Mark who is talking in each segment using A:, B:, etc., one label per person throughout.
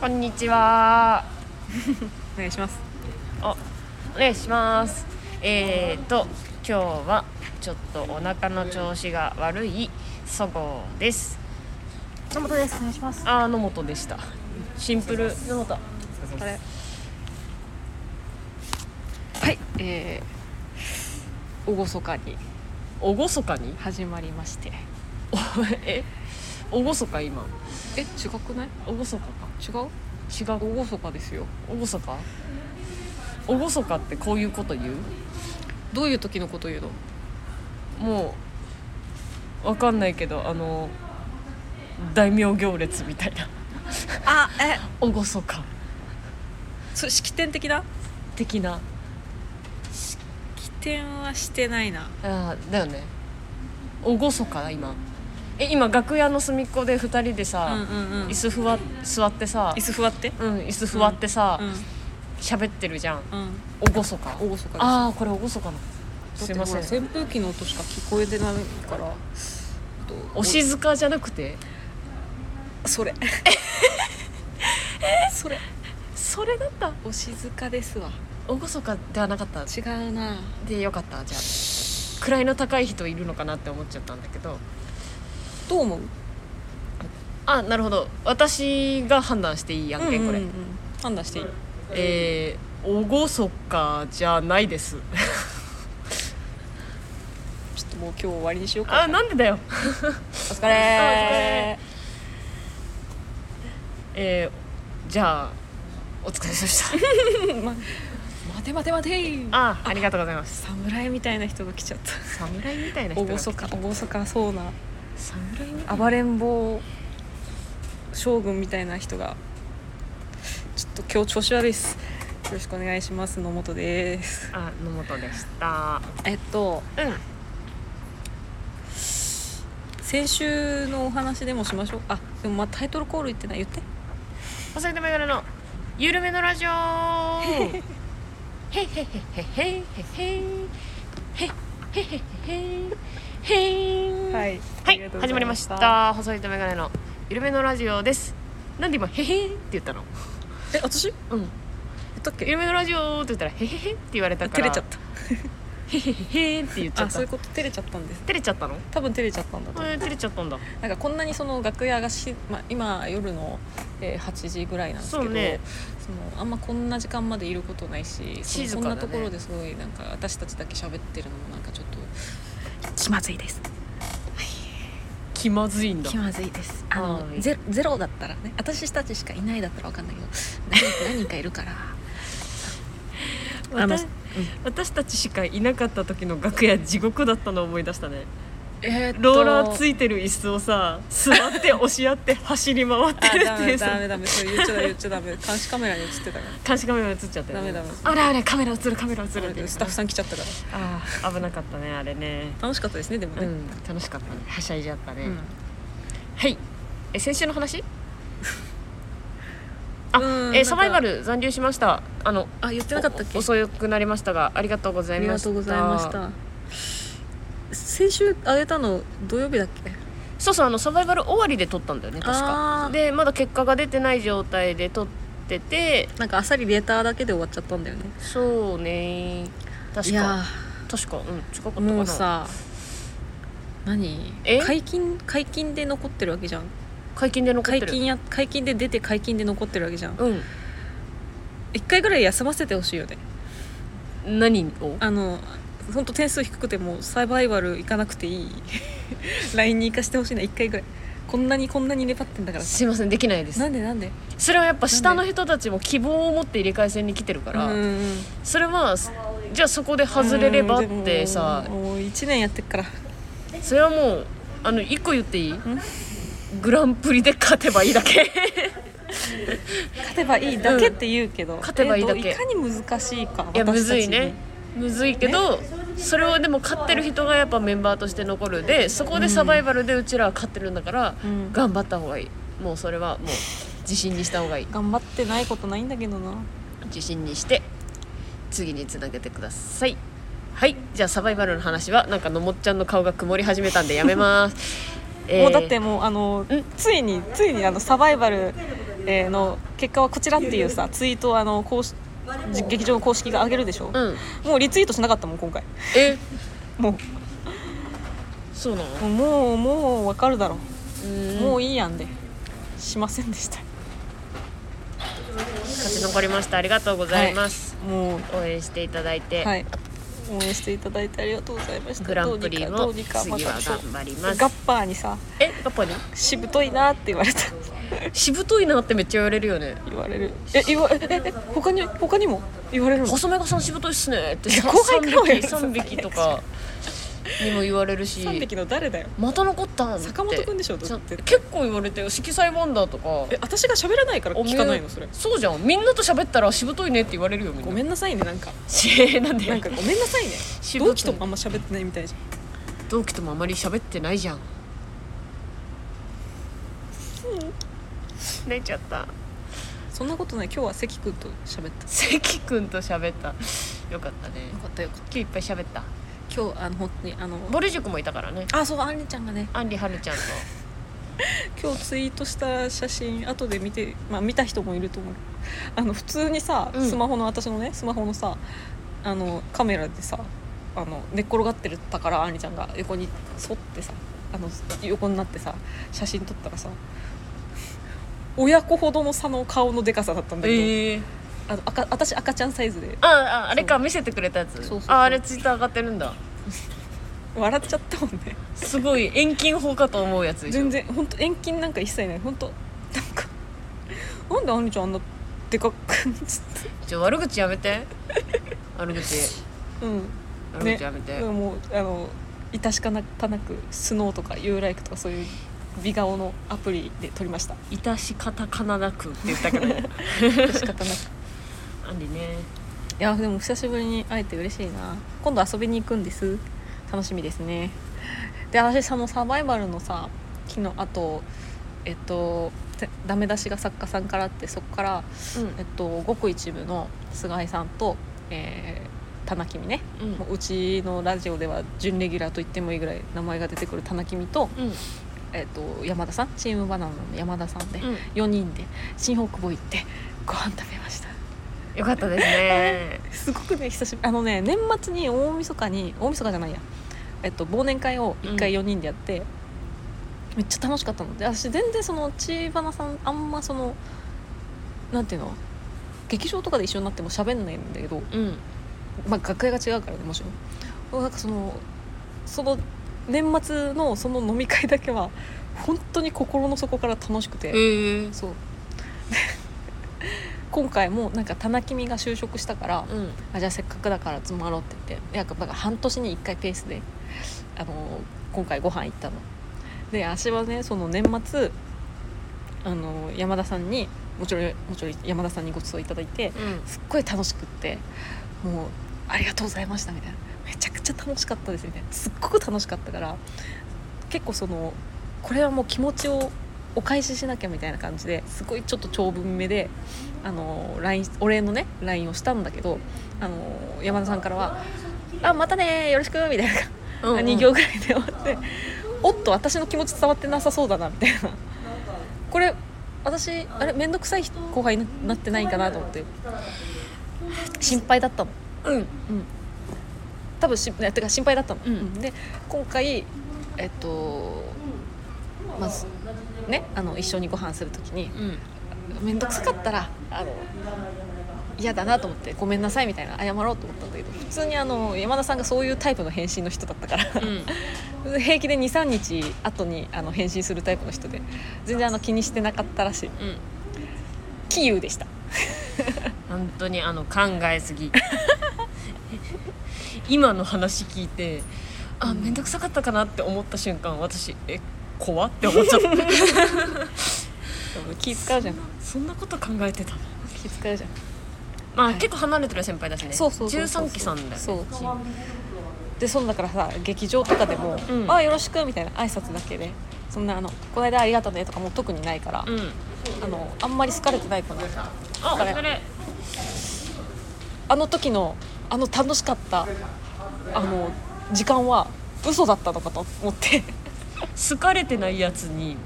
A: こんにちは。
B: お願いします
A: お、お願いします。えーと、今日はちょっとお腹の調子が悪いそごうです。
B: 野本ですお願いします
A: あー、野本でした。シンプル。野本。
B: あれはいえー、厳かに
A: おごそかに。
B: 始まりまして
A: え。おごそか、今。
B: え違くない
A: おごそかか。
B: 違う
A: 違う。
B: 厳かですよ
A: おごそか。おごそかってこういうこと言う。
B: どういう時のこと言うの
A: もう。わかんないけど、あの。大名行列みたいな。
B: あえ
A: おごそか。
B: それ式典的な
A: 的な。
B: 式典はしてないな
A: あーだよねおごそかな今え今楽屋の隅っこで2人で
B: うんうん
A: さ、
B: うん
A: 椅子ふわ座ってさ
B: 椅子ふわって
A: うん椅子ふわってさ
B: う
A: 喋、ってるじゃん
B: んうん
A: おごそか
B: 厳かです
A: ああこれおごそかなすいませ
B: だって
A: ん
B: ほら扇風機の音しか聞こえてないからちょっと
A: お静かじゃなくて
B: それそれ
A: それだった
B: お静かですわ
A: おごそかではなかった
B: 違うな
A: でよかったじゃあ位の高い人いるのかなって思っちゃったんだけど
B: どう思う
A: あなるほど私が判断していいやんけ、これ
B: 判断していい
A: えー、おごそかじゃない です
B: ちょっともう今日終わりにしようか
A: あなんでだよ
B: お疲
A: れ
B: れ
A: えー、じゃあお疲れ様でした
B: 待て待て待て
A: あありがとうございます
B: 侍みたいな人が来ちゃった
A: 侍みたいな人
B: お
A: が
B: ごそかおごそかそうな
A: 侍みたい
B: 暴れん坊将軍みたいな人がちょっと今日調子悪いですよろしくお願いします野本です
A: あ野本でした
B: えっと
A: うん
B: 先週のお話でもしましょうあでもまあタイトルコール言ってない言って
A: 細い手メガネのゆるめのラジオへいへいへいへいへいへいへいへいへいへいへい
B: はい
A: はい始まりました細い手メガネのゆるめのラジオですなんで今へへんって言ったの
B: え私言
A: うん
B: ったっけ
A: ゆるめのラジオって言ったらへへへって言われたか
B: 照
A: ら
B: れちゃった
A: へへへへって言っちゃ
B: あ
A: っ
B: そ
A: た
B: ういうこと照れちゃったんです
A: 照れちゃったの
B: 多分照れちゃったんだと
A: こ
B: 思う
A: れ照れちゃったんだ
B: なんかこんなにその楽屋がし、まあ、今夜の、えー8時ぐらいなんですけど
A: そうね
B: そのあんまこんな時間までいることないしその
A: 静か
B: こん
A: だね
B: なところですごいなんか私たちだけ喋ってるのもなんかちょっと気まずいです
A: 気まずいんだ
B: 気まずいですあの
A: はい
B: ゼゼロだったらね私たちしかいないだったらわかんないけど何何人かいる からあの
A: 私私たちしかいなかった時の楽屋地獄だったのを思い出したね
B: えーっと
A: ローラーついてる椅子をさ座って押し合って走り回ってる
B: あ
A: っ
B: ダ
A: てい
B: メ
A: う
B: ダ
A: さ
B: メ ダメそれ言っちゃダメ言っちゃダメ監視カメラに映ってたから
A: 監視カメラ映っちゃったよね
B: ダメダメ
A: あれあれカメラ映るカメラ映るって
B: スタッフさん来ちゃったから
A: あー危なかったねあれね
B: 楽しかったですねでも
A: う
B: ね、
A: ん楽しかったねはしゃいじゃったね、
B: うん
A: はいえ先週の話あ、
B: うん
A: え
B: なんか
A: サバイバル残留しましたあの
B: あ言ってなかったっけ
A: お遅くなりましたがありがとうござ
B: あ
A: い
B: り
A: ま
B: が
A: した
B: とうございました先週あげたの土曜日だっけ
A: そうそうあのサバイバル終わりで撮ったんだよね確か
B: あー
A: でまだ結果が出てない状態で撮ってて
B: なんかあっさりレーターだけで終わっちゃったんだよね
A: そうね
B: い
A: 確
B: や
A: か確かうん近かった
B: ー
A: かな
B: もうさ何
A: え
B: 解禁解禁で残ってるわけじゃん
A: 解禁で残って
B: 解
A: る
B: 禁や解禁で出て解禁で残ってるわけじゃん
A: う
B: 一回ぐらい休ませてほしいよね
A: ん何を
B: あの本当点数低くてもサバイバル行かなくてい い LINE に行かしてほしいな一回ぐらいこんなにこんなに粘ってんだから
A: すいませんできないです
B: なんでなんで
A: それはやっぱ下の人たちも希望を持って入れ替え戦に来てるから、
B: うんうん
A: それはじゃあそこで外れればってさ
B: うんでももう1年やってっから
A: それはもうあの一個言っていいグランプリで勝てばいいだけ
B: 勝てばいいだけって言うけど、
A: 勝てばいいだけ
B: えっといかに難しいか
A: いや
B: 私たち
A: むずいねむずいけど、それをでも勝ってる人がやっぱメンバーとして残るでそこでサバイバルでうちらは勝ってるんだから、
B: うん
A: 頑張った方がいいもうそれはもう自信にした方がいい
B: 頑張ってないことないんだけどな
A: 自信にして次につなげてくださいはいじゃあサバイバルの話はなんかのもっちゃんの顔が曇り始めたんで やめますえー
B: もうだってもうあのついについにあのサバイバルえーの結果はこちらっていうさツイートをあの公式劇場の公式が上げるでしょ、
A: うん
B: もうリツイートしなかったもん今回
A: え
B: も
A: そうなの
B: うもうもう分かるだろ
A: うん
B: もういいやんでしませんでした
A: 勝ち残りましたありがとうございます、
B: もう
A: 応援していただいて、
B: はい応援していただいてありがとうございました
A: グランプリ
B: ど
A: も
B: うにかどう
A: 次
B: にか
A: は
B: また
A: 頑張ります
B: ガッパーにさ
A: えやっぱり
B: しぶといなって言われた
A: しぶといなってめっちゃ言われるよね
B: 言われるえ言わえええ他に他にも言われるの
A: 細めがさんしぶといっすねって
B: いや後輩かも
A: 3
B: よ
A: 匹三匹とかにも言われるし
B: 3匹の誰だよ
A: また残ったんって
B: 坂本くんでしょだって
A: ちゃ結構言われてよ色彩ワンダーとか
B: え私が喋らないから
A: おめえ
B: 聞かないのそれ
A: そうじゃんみんなと喋ったらしぶといねって言われるよみんな
B: ごめんなさいねなんか
A: しなん
B: なん
A: で
B: かごめんなさいね
A: しぶとい
B: 同期ともあんま喋ってないみたいじ
A: 同期ともあまり喋ってないじゃん泣いちゃった
B: ゃんそんなことない今日は関君と喋ったよ
A: 関君と喋ったよかったね
B: かったよかっ
A: 今日いっぱい喋った
B: た今日あの本当にあの
A: ぼる塾もいたからね
B: あそうあんりちゃんがね
A: あんりはるちゃんと
B: 今日ツイートした写真後で見て、まあ、見た人もいると思う あの普通にさ
A: うん
B: スマホの、私のねスマホのさあのカメラでさあの寝っ転がってたからあんりちゃんが横に沿ってさあの横になってさ写真撮ったらさ親子ほどの差の顔のでかさだったんだけど、
A: ええ
B: あの赤私赤ちゃんサイズで
A: あああれか見せてくれたやつ
B: そうそうそう
A: ああれツイッター上がってるんだ
B: 笑っちゃったもんね
A: すごい遠近法かと思うやつ でしょ
B: 全然本当遠近なんか一切ない本当なんかなんであんりちゃんあんなでかくなっちゃっ
A: ちょ悪口やめて悪口
B: たうん
A: 悪口やめて、
B: だからもうあの致し方なくスノーとかユーライクとかそういう美顔のアプリで撮り ました
A: いたし方かななくって言 ったけど
B: 致し方なくい
A: あんりね
B: やでも久しぶりに会えて嬉しいな今度遊びに行くんです楽しみですねで私そのサバイバルのさ昨日あとえっとてダメ出しが作家さんからあってそこから、えっと、ごく一部の菅井さんと、えー、田中君ね、
A: うん
B: もううちのラジオでは準レギュラーと言ってもいいぐらい名前が出てくる田中君と、
A: うん
B: えっと山田さんチームバナナの山田さんで、
A: うん
B: 4人で新大久保行ってご飯食べました
A: よかったです ね
B: すごくね久しぶりあのね年末に大晦日に大晦日じゃないや、えっと、忘年会を1回4人でやって、めっちゃ楽しかったので私全然その千花さんあんまそのなんていうの劇場とかで一緒になっても喋んないんだけど、
A: うん
B: まあ、学会が違うからねもちろんなんかそのその年末のその飲み会だけは本当に心の底から楽しくて、
A: へえ
B: そう 今回もなんか棚君が就職したから、
A: うん
B: あじゃあせっかくだから集まろうって言っていやだから半年に1回ペースで、あの今回ご飯行ったので私はねその年末、あの山田さんにもちろんもちろん山田さんにご馳走いただいて
A: うん
B: すっごい楽しくってもうありがとうございましたみたいなめちゃくちゃ楽しかったですみたいなすっごく楽しかったから結構そのこれはもう気持ちをお返ししなきゃみたいな感じですごいちょっと長文目であの LINE お礼のね LINE をしたんだけどあの山田さんからは「あまたねよろしく」みたいな
A: うんうん
B: 2行ぐらいで終わっておっと私の気持ち伝わってなさそうだなみたいなこれ私あれ面倒くさい人後輩になってないかなと思って心配だったの
A: うん
B: 多分しってか心配だったの、
A: うん
B: うんで今回えっとまずねあの一緒にご飯する時に
A: うん
B: 面倒くさかったらあの嫌だなと思ってごめんなさいみたいな謝ろうと思ったんだけど普通にあの山田さんがそういうタイプの返信の人だったから
A: うん
B: 平気で23日後にあの返信するタイプの人で全然あの気にしてなかったらしい
A: うん
B: 杞憂でした
A: 本当にあの考えすぎ 今の話聞いてあ面倒くさかったかなって思った瞬間私え怖って思っちゃった
B: 気使うじゃん
A: そんなこと考えてたの
B: 気使うじゃん
A: まあ、
B: はい
A: 結構離れてる先輩だしね
B: そうそうそうそう
A: 13期さんだよね
B: そうでそんだからさ劇場とかでも「
A: うん
B: あよろしく」みたいな挨拶だけでそんなあの「この間ありがとね」とかも特にないから、
A: うん
B: あのあんまり好かれてない子な
A: あ
B: のだから
A: それ
B: あの時のあの楽しかったあの時間は嘘だったのかと思って、
A: 好かれてないやつに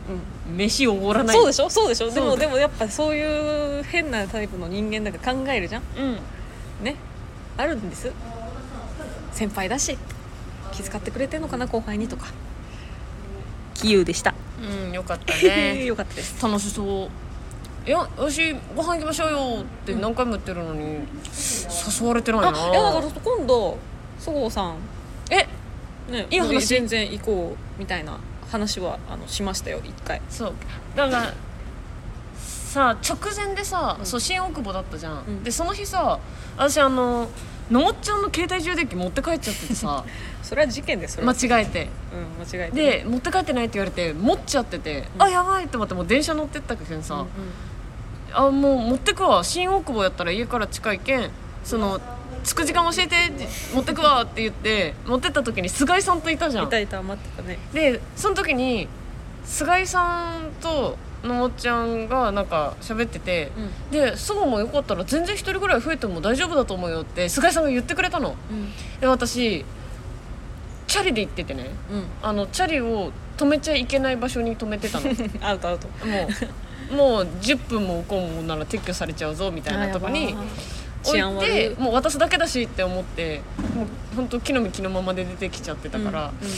B: うん、
A: 飯おごらない
B: そうでしょそうでしょで
A: そ
B: も
A: うだ
B: でもやっぱそういう変なタイプの人間だから考えるじゃん
A: うん
B: ねあるんです先輩だし気遣ってくれてんのかな後輩にとか杞憂でした、
A: うんよかったね
B: よかったです
A: 楽しそう「いや私ご飯行きましょうよ」って何回も言ってるのに誘われてないな
B: あいやだから今度そごうさん
A: え
B: ね、
A: いい話
B: 全然行こうみたいな話はあのしましたよ一回
A: そうだからさあ直前でさ、そう新大久保だったじゃん、
B: うん
A: でその日さ私あののもっちゃんの携帯充電器持って帰っちゃってて さ
B: それは事件ですそれ
A: 間
B: は、
A: 違えて
B: うん、間違えて
A: で持って帰ってないって言われて持っちゃってて、
B: うん
A: あやばいって思ってもう電車乗ってったけん
B: うんう
A: さ
B: ん、
A: あもう持ってくわ新大久保やったら家から近いけんその着く時間教えてって持ってくわって言って持ってった時に菅井さんといたじゃん
B: いたいた待ってたね
A: でその時に菅井さんとのもっちゃんがなんか喋ってて、
B: うん
A: で「そごもよかったら全然一人ぐらい増えても大丈夫だと思うよ」って菅井さんが言ってくれたので私チャリで行っててね
B: う
A: あのチャリを止めちゃいけない場所に止めて たのも
B: んアウトアウト
A: うもう10分も怒んもんなら撤去されちゃうぞみたいなとこに置
B: 治
A: い
B: 安悪
A: て
B: い
A: もう渡すだけだしって思ってもう本当木の実木のままで出てきちゃってたから、
B: うんうん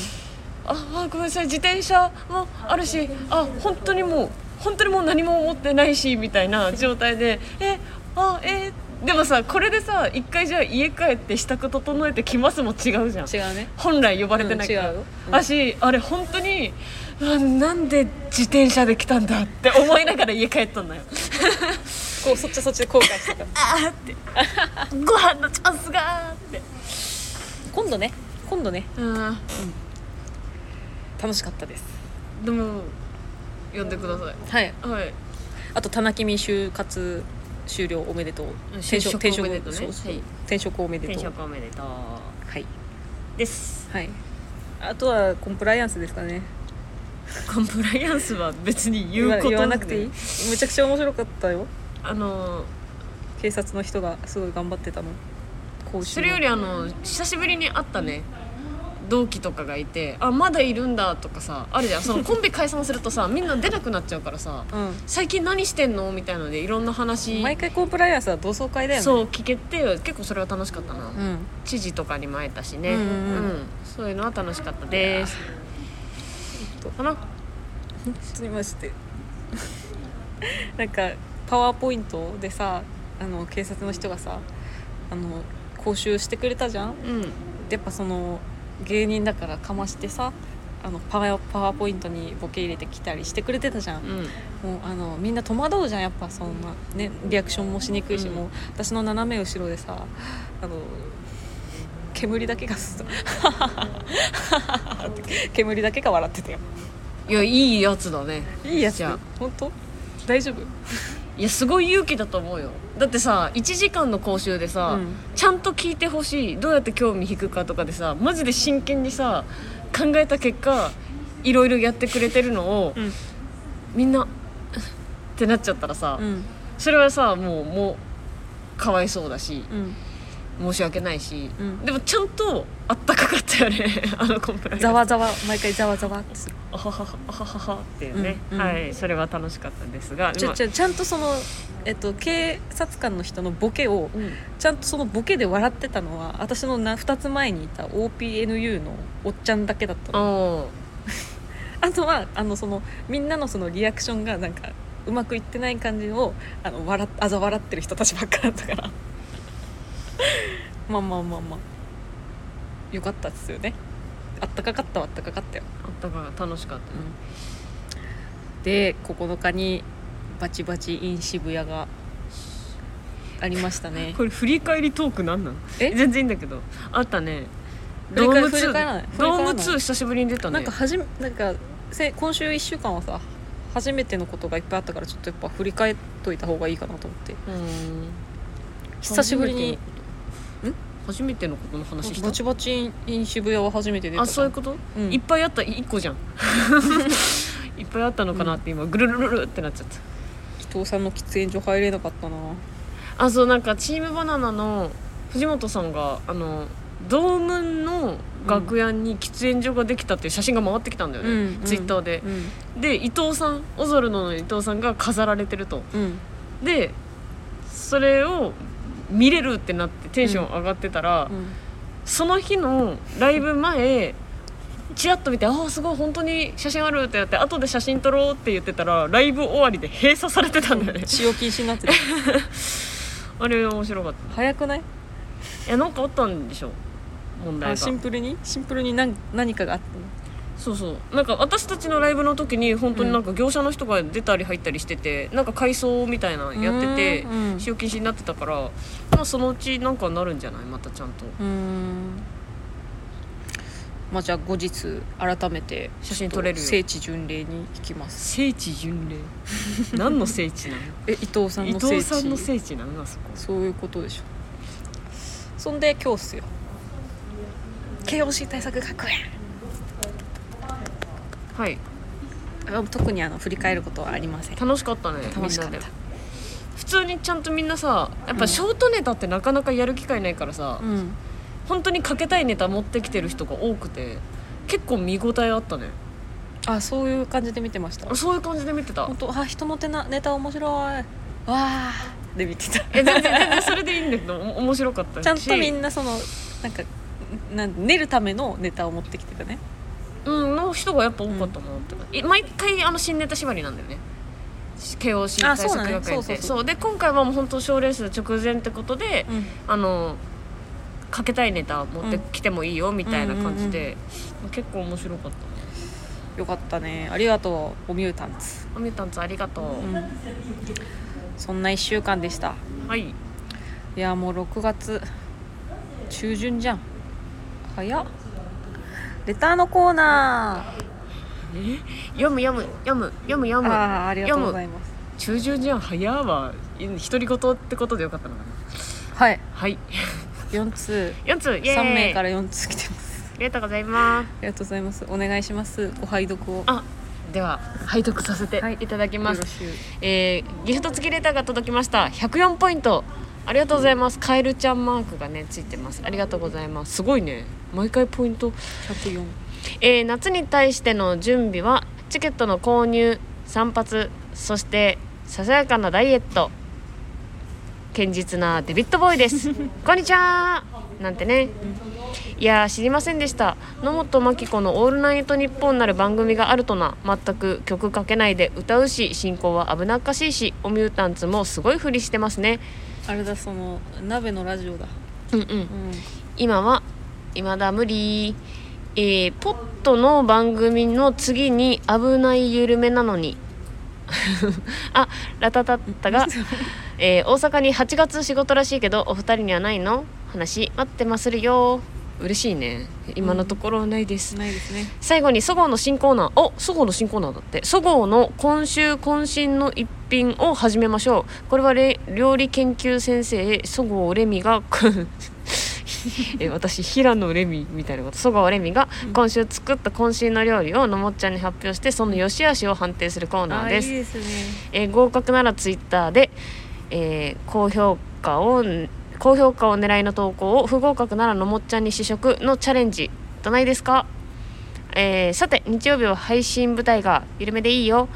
A: ああごめんなさい自転車もあるしあ本当にもう本当にもう何も持ってないしみたいな状態でえあえでもさこれでさ一回じゃあ家帰って支度整えてきますも違うじゃん
B: 違うね
A: 本来呼ばれてないから、
B: うん違うようん
A: 私あれ本当にあなんで自転車で来たんだって思いながら家帰ったんだよ
B: こうそっちはそっちで後悔してた
A: あーってご飯のチャンスがーって
B: 今度ね今度ね
A: うん
B: 楽しかったです
A: でも呼んでくださ
B: はい
A: いはい
B: あと棚君就活終了おめでとう
A: 就職おめでとうね
B: そうそう
A: はい
B: 転職おめで
A: 転
B: とう
A: 職おめでとう
B: はい
A: です
B: はいあとはコンプライアンスですかね
A: コンプライアンスは別に言
B: 言
A: う
B: わ
A: こと
B: 言わなくていいめちゃくちゃ面白かったよ
A: あの
B: 警察の人がすごい頑張ってたの講
A: それよりあの久しぶりに会ったね同期とかがいてあまだいるんだとかさあるじゃんそのコンビ解散すると さみんな出なくなっちゃうからさ
B: う
A: 最近何してんのみたいのでいろんなん話
B: 毎回コンプライアンスは同窓会だよね
A: そう聞けて結構それは楽しかったな、
B: うん
A: 知事とかにも会えたしね、
B: うんうんうん
A: そういうのは楽しかったです
B: いや
A: かな
B: すみましてなんかパワーポイントでさあの警察の人がさあの講習してくれたじゃん
A: うん
B: やっぱその芸人だからかましてさあのパワーパワーポイントにボケ入れてきたりしてくれてたじゃん
A: うん
B: もうあのみんな戸惑うじゃんやっぱそんな、ね、リアクションもしにくいし、
A: うん
B: もう私の斜め後ろでさあの煙だけがす 煙だけが笑ってたよ
A: いやいいやつだね
B: いいやつ
A: じゃあ
B: 本当大丈夫
A: いやすごい勇気だと思うよだってさ1時間の講習でさ、
B: うん
A: ちゃんと聞いてほしいどうやって興味引くかとかでさマジで真剣にさ考えた結果いろいろやってくれてるのを、
B: うん
A: みんなってなっちゃったらさ、
B: うん
A: それはさもうもうかわいそうだし
B: うん
A: 申し訳ないし、
B: うん
A: でもちゃんとあったかかったよね あのコンプライアンス
B: ざわざわ毎回ざわざわってする
A: あははあはははっていうね、
B: うんうん
A: はいそれは楽しかったですが
B: ちょ
A: 今
B: ちょちゃんとその、えっと、警察官の人のボケを
A: うん
B: ちゃんとそのボケで笑ってたのは私のな2つ前にいた OPNU のおっちゃんだけだったの
A: おー
B: あとはあのそのみんなのそのリアクションがなんかうまくいってない感じをあの笑っあざ笑ってる人たちばっかだったからまあまあまあまあよかったですよねあったかかったはあったかかったよ、
A: あったか楽しかったね、
B: で9日にバチバチ in 渋谷がありましたね
A: これ振り返りトークなんなん
B: え
A: 全然いいんだけどあったね
B: 振
A: ド
B: り
A: ー
B: 返
A: ム
B: る
A: ツ
B: 振り返らない
A: ードーム
B: 振り返ら
A: ツ
B: な
A: ー
B: い
A: 久しぶりに出たね
B: なんかはじめなんかせ今週1週間はさ初めてのことがいっぱいあったからちょっとやっぱ振り返っといた方がいいかなと思って
A: うーん
B: 久しぶりに
A: 初めてのことの話した
B: バチバチイン渋谷は初めて出た
A: あそういうこと、
B: うん
A: いっぱいあった1個じゃ んいっぱいあったのかなって今ぐるるるるってなっちゃっ
B: 伊藤さんの喫煙所入れなかったな
A: たあそうなんかチームバナナの藤本さんがあのドームの楽屋に喫煙所ができたっていう写真が回ってきたんだよね、
B: うん
A: ツイッターで
B: う、ん
A: で伊藤さんオゾルノの伊藤さんが飾られてると
B: うん
A: でそれを見れるってなってテンション上がってたら、その日のライブ前チラッと見て「ああすごい本当に写真ある」ってやって後で写真撮ろうって言ってたらライブ終わりで閉鎖されてたんだよ ね
B: 使用禁止になってる
A: あれ面白かった
B: 早くない
A: いやなんかあったんでしょ問題
B: あ
A: が
B: シンプルにシンプルに何何かがあったの
A: そうそうなんか私たちのライブの時に本当になんか業者の人が出たり入ったりしてて、なんか改装みたいなのやってて
B: うーん
A: 使用禁止になってたから、まあ、そのうちなんかなるんじゃないまたちゃんと
B: うーんまあじゃあ後日改めて
A: 写真撮れるよ
B: 聖地巡礼に行きます
A: 聖地巡 礼何の聖地なの
B: え伊藤さん
A: 伊
B: の聖
A: 藤
B: 地
A: さんの聖地なのあそこ
B: そういうことでしょそんで今日っすよ KOC 対策学園
A: はい
B: あ特にあの振り返ることはありません
A: 楽しかったね
B: 楽しかっ
A: みんなで
B: た
A: 普通にちゃんとみんなさやっぱショートネタってなかなかやる機会ないからさ、
B: うん
A: 本当にかけたいネタ持ってきてる人が多くて結構見応えあったね
B: あそういう感じで見てました
A: そういう感じで見てた
B: 本当あ人の手なネタ面白いわあで見てた
A: え全然全然それでいいんだけどお面白かったし
B: ちゃんとみんなそのなんかなん練るためのネタを持ってきてたね
A: うんの人がやっぱ多かったなって、い毎回あの新ネタ縛りなんだよね KOC
B: あ
A: 対
B: そ
A: 策
B: うな
A: 学
B: んだ
A: 園って
B: そ
A: そうう
B: そうそう
A: で今回はもう本当賞レース直前ってことで、
B: うん
A: あのかけたいネタ持ってきてもいいよみたいな感じで、結構面白かった
B: よかったねありがとうおミュータンツ、
A: アミュタンツありがとう、
B: うん、そんな1週間でした
A: はい
B: いやもう6月中旬じゃん早っレターのコーナ
A: 読む読む読む読む読
B: ー
A: む
B: あーありがとうございます
A: 中旬じゃん早いわい独り言ってことでよかったのかな
B: はい
A: はい
B: 4通
A: 4つイエーイ
B: 3名から4通来てます
A: ありがとうございます
B: ありがとうございますお願いしますご拝読を
A: あでは配読させて
B: はい
A: いただきます、
B: よろしゅう
A: えーギフト付きレターが届きました104ポイントありがとうございますカエルちゃんマークがねついてますありがとうございますすごいね毎回ポイント
B: 104
A: えー夏に対しての準備はチケットの購入散髪そしてささやかなダイエット堅実なデビッドボーイですこんにちはなんてねいやー知りませんでした野本真紀子の「オールナイトニッポン」なる番組があるとな全く曲かけないで歌うし進行は危なっかしいしおミュータンツもすごいふりしてますね
B: あれだその鍋のラジオだ
A: うんうん
B: うん
A: 今は今だ無理、えーポットの番組の次に「危ない緩めなのに」 あラタタッタ が、えー大阪に8月仕事らしいけどお二人にはないの話待ってまするよ嬉しいね今のところはないです、
B: ないですね
A: 最後にそごうの新コーナーおそごうの新コーナーだってそごうの今週渾身の一品を始めましょうこれはれ料理研究先生そごうレミが え私平野レミみたいなことそごうレミが今週作った渾身の料理をのもっちゃんに発表してその良し悪しを判定するコーナ
B: あ
A: ー
B: ーい
A: で
B: い
A: す
B: ですね
A: えー合格ならツイッターで、えー高評価を高評価を狙いの投稿を不合格ならのもっちゃんに試食のチャレンジどないですか、えーさて日曜日は配信舞台が緩めでいいよ、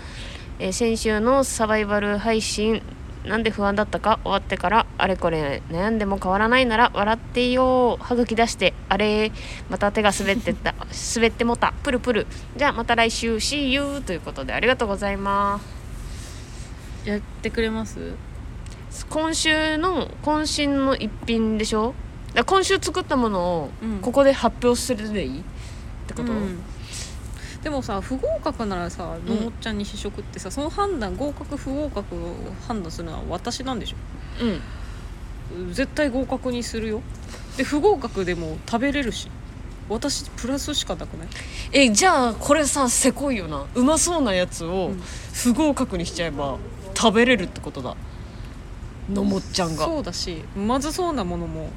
A: えー先週のサバイバル配信なんで不安だったか終わってからあれこれ悩んでも変わらないなら笑っていいよ歯ぐき出してあれまた手が滑ってった 滑ってもたプルプルじゃあまた来週 See you ということでありがとうございます
B: やってくれます
A: 今週の渾身の一品でしょだから今週作ったものを
B: うん
A: ここで発表するでいい、ってこと、
B: うんでもさ不合格ならさのもっちゃんに試食ってさ、その判断合格不合格を判断するのは私なんでしょ
A: うん
B: 絶対合格にするよで不合格でも食べれるし私プラスしかなくない
A: えじゃあこれさせこいよなうまそうなやつを
B: うん
A: 不合格にしちゃえば食べれるってことだのもっちゃんが
B: そうだしまずそうなものも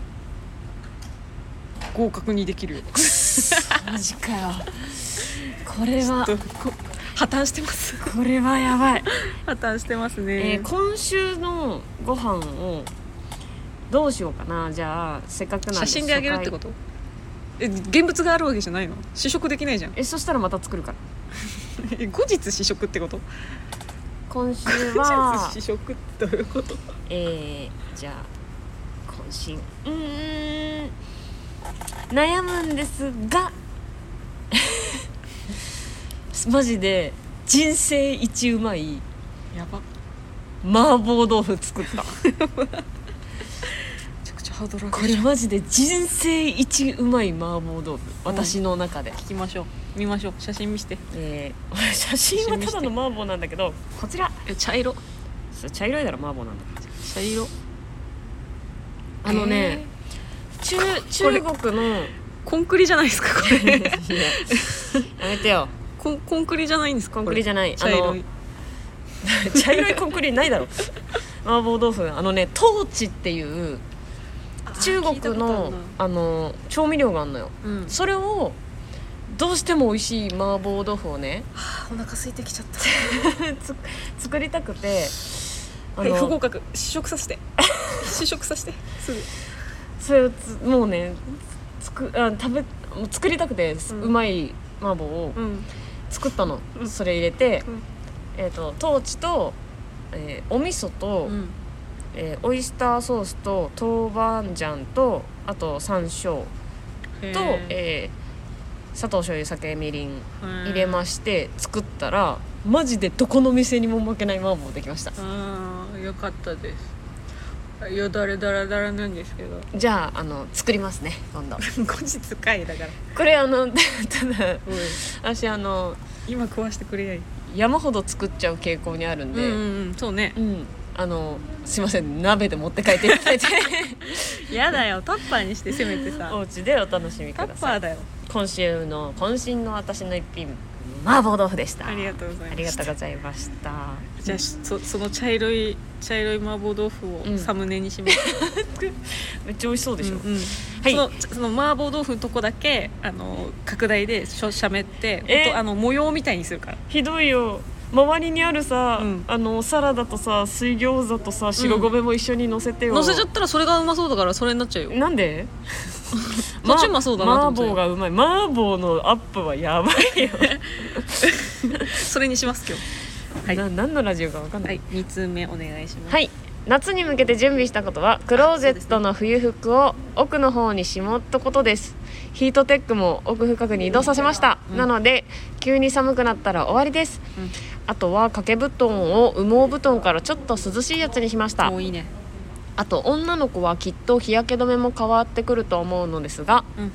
B: 合格にできるよ
A: くっそマジかよこれは
B: ちょっとこ破綻してます
A: これはやばい
B: 破綻してます
A: え
B: ね、
A: ー今週のご飯をどうしようかなじゃあせっかくなんで
B: 写真であげるってことえ現物があるわけじゃないの試食できないじゃん
A: えそしたらまた作るから
B: え後日試食ってこと
A: 今週
B: 後
A: は
B: 日試食ってどういうこと
A: えー、じゃあ渾身うーん悩むんですが マジで人生一うまい
B: やばめ
A: 麻婆豆腐作った
B: ちゃくちゃハードル上
A: こ
B: げ
A: れ
B: る
A: マジで人生一うまい麻婆豆腐私の中で、
B: 聞きましょう見ましょう写真見して
A: えー写真はただの麻婆なんだけどこちら
B: え茶色
A: そう茶色いだろ麻婆なんだ
B: 茶色
A: あのね、中中国の
B: コンクリじゃないですかこ れ
A: やめてよ
B: コンコンクリじゃないんですか
A: コンクリじ
B: ゃ
A: ゃないあ
B: 茶色
A: の
B: い
A: 茶色いコンクリないだろ麻婆豆腐あのねトーチっていう中国のあの調味料があるのよ
B: うん
A: それをどうしても美味しい麻婆豆腐を ね
B: お腹空いてきちゃった
A: つ作りたくてあ
B: はい不合
A: の
B: 格試食させて 試食させてすぐ
A: それをつもうねつつくあ食べもう作りたくて、す
B: う
A: うんまい麻婆を
B: うん
A: 作ったの、
B: うん
A: それ入れて、
B: うん
A: えっ、とトーチと、えーお味噌と、
B: うん
A: えーオイスターソースと豆板醤とあと山椒と、えー砂糖醤油酒みりん入れま
B: し
A: して作ったらマジでどこの店にも負けない麻婆できました
B: たあーよかったですよだれだらだらなんですけど
A: じゃああの作りますね今度
B: 後日会だから
A: これあの ただ
B: おい
A: 私あの
B: 今食わしてくれやい
A: 山ほど作っちゃう傾向にあるん
B: うん
A: で、
B: う
A: うん
B: んそうね
A: あのすいません鍋で持って帰っていただいて
B: やだよタッパーにしてせめて
A: お
B: さ
A: 家でお楽しみく
B: タ
A: だ
B: ッ
A: さ
B: パー
A: い
B: だよ
A: 今週の渾身の私の一品麻婆豆腐でした
B: ありがとうございます
A: ありがとうございました。
B: じゃあそその茶色い茶色い麻婆豆腐
A: う
B: を
A: ん
B: サムネにします
A: めっちゃ美味しそうでしょ。
B: うんうん
A: はい
B: そのその麻婆豆腐のとこだけあの拡大でしょしゃべって、
A: え
B: ほんとあの模様みたいにするから
A: ひどいよ。周りにあるさ、
B: うん
A: あのサラダとさ水餃子とさ白
B: うん
A: ごめも一緒に乗せてよ。
B: 乗せちゃったらそれがうまそうだからそれになっちゃうよ
A: なんで？
B: そっちうまそうだなと思って
A: 麻婆がうまい。麻婆のアップはやばいよ。
B: それにします今はい
A: な何のラジオかわかん
B: 日
A: な。
B: はいい2通目お願いします
A: はい。夏に向けて準備したことはクローゼットの冬服を奥の方にしまったことですヒートテックも奥深くに移動させました、
B: うん
A: なので急に寒くなったら終わりです
B: うん
A: あとは掛け布団を羽毛布団からちょっと涼しいやつにしました
B: もういいね
A: あと女の子はきっと日焼け止めも変わってくると思うのですが、
B: うん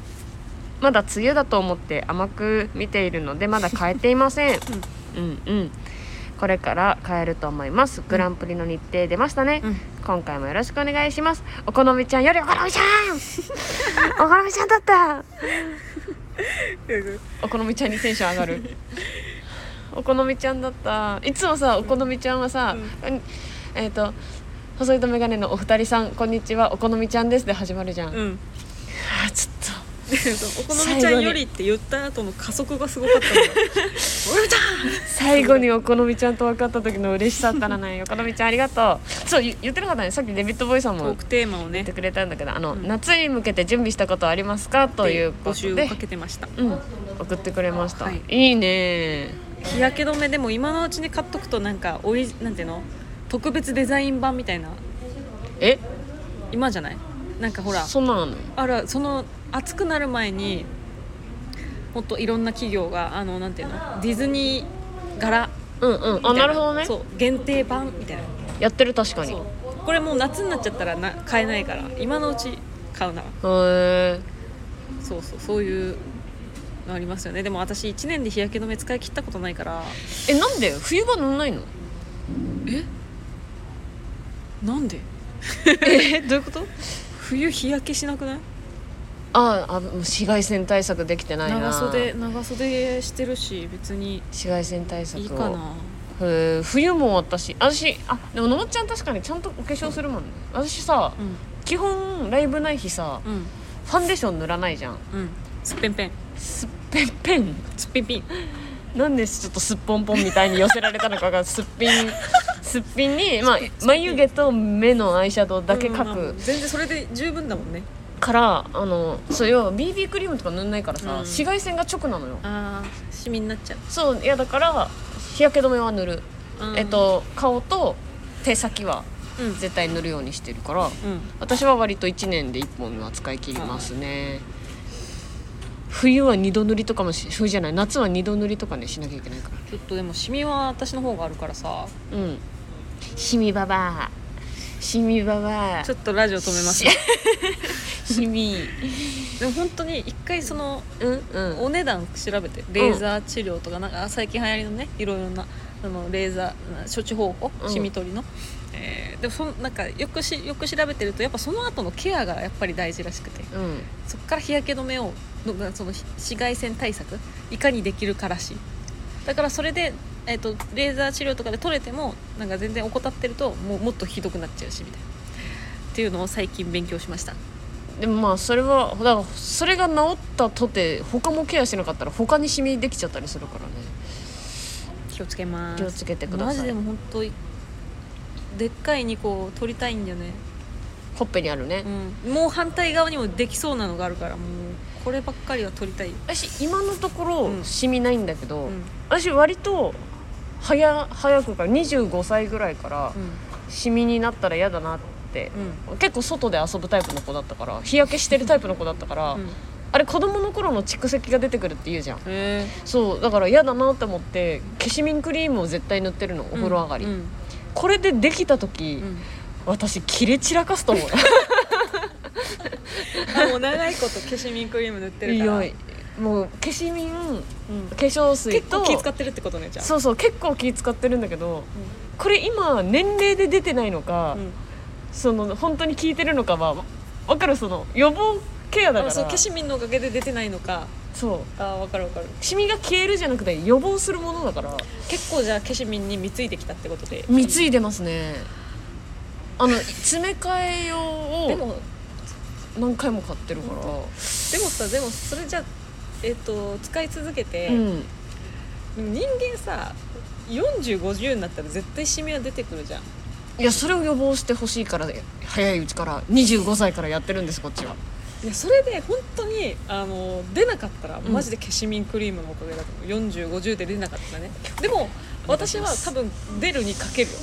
A: まだ梅雨だと思って甘く見ているのでまだ変えていません、 うん、うんこれから変えると思いますグランプリの日程出ましたね、
B: うん
A: 今回もよろしくお願いしますお好みちゃんよりお好みちゃん お好みちゃんだったお好みちゃんにテンション上がる お好みちゃんだったいつもさお好みちゃんはさ、うんえっ、と細いと眼鏡のお二人さんこんにちはお好みちゃんですで始まるじゃん、
B: うん
A: あちょっ
B: そうお好みちゃんよりって言った後の加速がすごかったのよ おめでと
A: と最後にお好みちゃんと分かった時の嬉しさったらないお好みちゃんありがとうそう言言ってなかったねさっきデビッド・ボーイさん
B: うト
A: も
B: ークテーマを
A: 言っ
B: ね
A: てくれたんだけどあの、
B: うん
A: 夏に向けて準備したことありますかというこ
B: 募
A: と
B: 集
A: で
B: をかけてました
A: うん、送ってくれました、
B: はい
A: い、いね
B: 日焼け止めでも今のうちに買っとくとなんかおいなんていうの特別デザイン版みたいな
A: え
B: 今じゃないなんかほら
A: そんなんあんの
B: あらその暑くなる前にもっといろんな企業があのなんていうのディズニー柄
A: うんうん
B: みた
A: あ
B: い
A: なるほどね
B: そう限定版みたいな
A: やってる確かに
B: そ
A: へ
B: うこれもう夏になっちゃったらな買えないから今のうち買うなら
A: え
B: そうそうそういうのありますよねでも私1年で日焼け止め使い切ったことないから
A: えなんで冬場塗んないの
B: なん で
A: えどういうこと
B: 冬日焼けしなくない
A: ああもう紫外線対策できてないな
B: 長袖長袖してるし別に
A: 紫外線対策を
B: いいかな
A: へえ冬も私私あでものもっちゃん確かにちゃんとお化粧するもんね私さ
B: うん
A: 基本ライブない日さ
B: うん
A: ファンデーション塗らないじゃん
B: うんすっぺんぺん
A: すっぺんぺん
B: すっぺんぴん
A: なんでちょっとすっぽんぽんみたいに寄せられたのかがすっぴん すっぴんに、まあ、眉毛と目のアイシャドウだけ
B: うんうん
A: 描
B: うん
A: く
B: 全然それで十分だもんね
A: からあのそう要は BB クリームとか塗んないからさ、
B: うん
A: 紫外線が直なのよ
B: あーシミになっちゃう、
A: そういやだから日焼け止めは塗る、
B: うん
A: えっ、と顔と手先は
B: うん
A: 絶対塗るようにしてるから
B: うん、
A: 私は割と1年で1本は使い切りますね冬は2度塗りとかもし冬じゃない夏は2度塗りとかねしなきゃいけないか
B: ちょっとでもシミは私の方があるからさ
A: らうんシミババアシミババア
B: ちょっとラジオ止めます
A: し シミ
B: でも本当に一回その
A: うんうん
B: お値段調べてレーザー治療とかなんか最近流行りのねいろいろなあのレーザー処置方法
A: うん
B: シミ取りの、えーでもそのなんかよくしよく調べてるとやっぱその後のケアがやっぱり大事らしくて
A: うん
B: そこから日焼け止めをのそのひ紫外線対策いかにできるからしいだからそれで、えー、とレーザー治療とかで取れてもなんか全然怠ってるともうもっとひどくなっちゃうしみたいなっていうのを最近勉強しました
A: でもまあそれはだからそれが治ったとて他もケアしなかったら他にシミできちゃったりするからね
B: 気をつけます
A: 気をつけてくだ
B: マジ
A: さ
B: で
A: い
B: も本当にでっかい2個を取りたいんだよね、
A: ほっぺにあるね、
B: うん、もう反対側にもできそうなのがあるからもうこればっかりは取りたい、
A: 私今のところ
B: うん
A: シミないんだけど、
B: うん
A: 私割と早早くから25歳ぐらいからシミになったら嫌だなって、結構外で遊ぶタイプの子だったから日焼けしてるタイプの子だったから、
B: うんうん
A: あれ子供の頃の蓄積が出てくるって言うじゃん
B: へ
A: そうだから嫌だなって思って消しミンクリームを絶対塗ってるのお風呂上がり、
B: うん
A: これでできた時、
B: うん
A: 私キレ散らかすと 思う
B: あもう長いこと消しミンクリーム塗って る
A: い
B: から
A: やもう消しミン
B: うん
A: 化粧水
B: 結
A: と
B: 構気使ってるってことねじゃあ
A: そうそう結構気使ってるんだけど、これ今年齢で出てないのか、
B: うん
A: その本当に効いてるのかは分かるその予防ケアだか
B: あ
A: ら
B: そう消しミンのおかげで出てないのか
A: そう
B: あ分かる分かる
A: シミが消えるじゃなくて予防するものだから
B: 結構じゃあ消しミンに貢いできたってことで
A: 貢いでますねあの詰め替え用を
B: でも
A: 何回も買ってるから
B: でもさでもそれじゃえっ、と使い続けて、
A: うん
B: でも人間さ4050になったら絶対シミは出てくるじゃん
A: いやそれを予防してほしいから早いうちから25歳からやってるんですこっちはい
B: やそれで本当にあの出なかったら
A: ん
B: マジで消しミンクリームのおかげだと思う、4050で出なかったらねでも
A: お願いし
B: 私
A: ま
B: は
A: す
B: 多分出るにかけるよ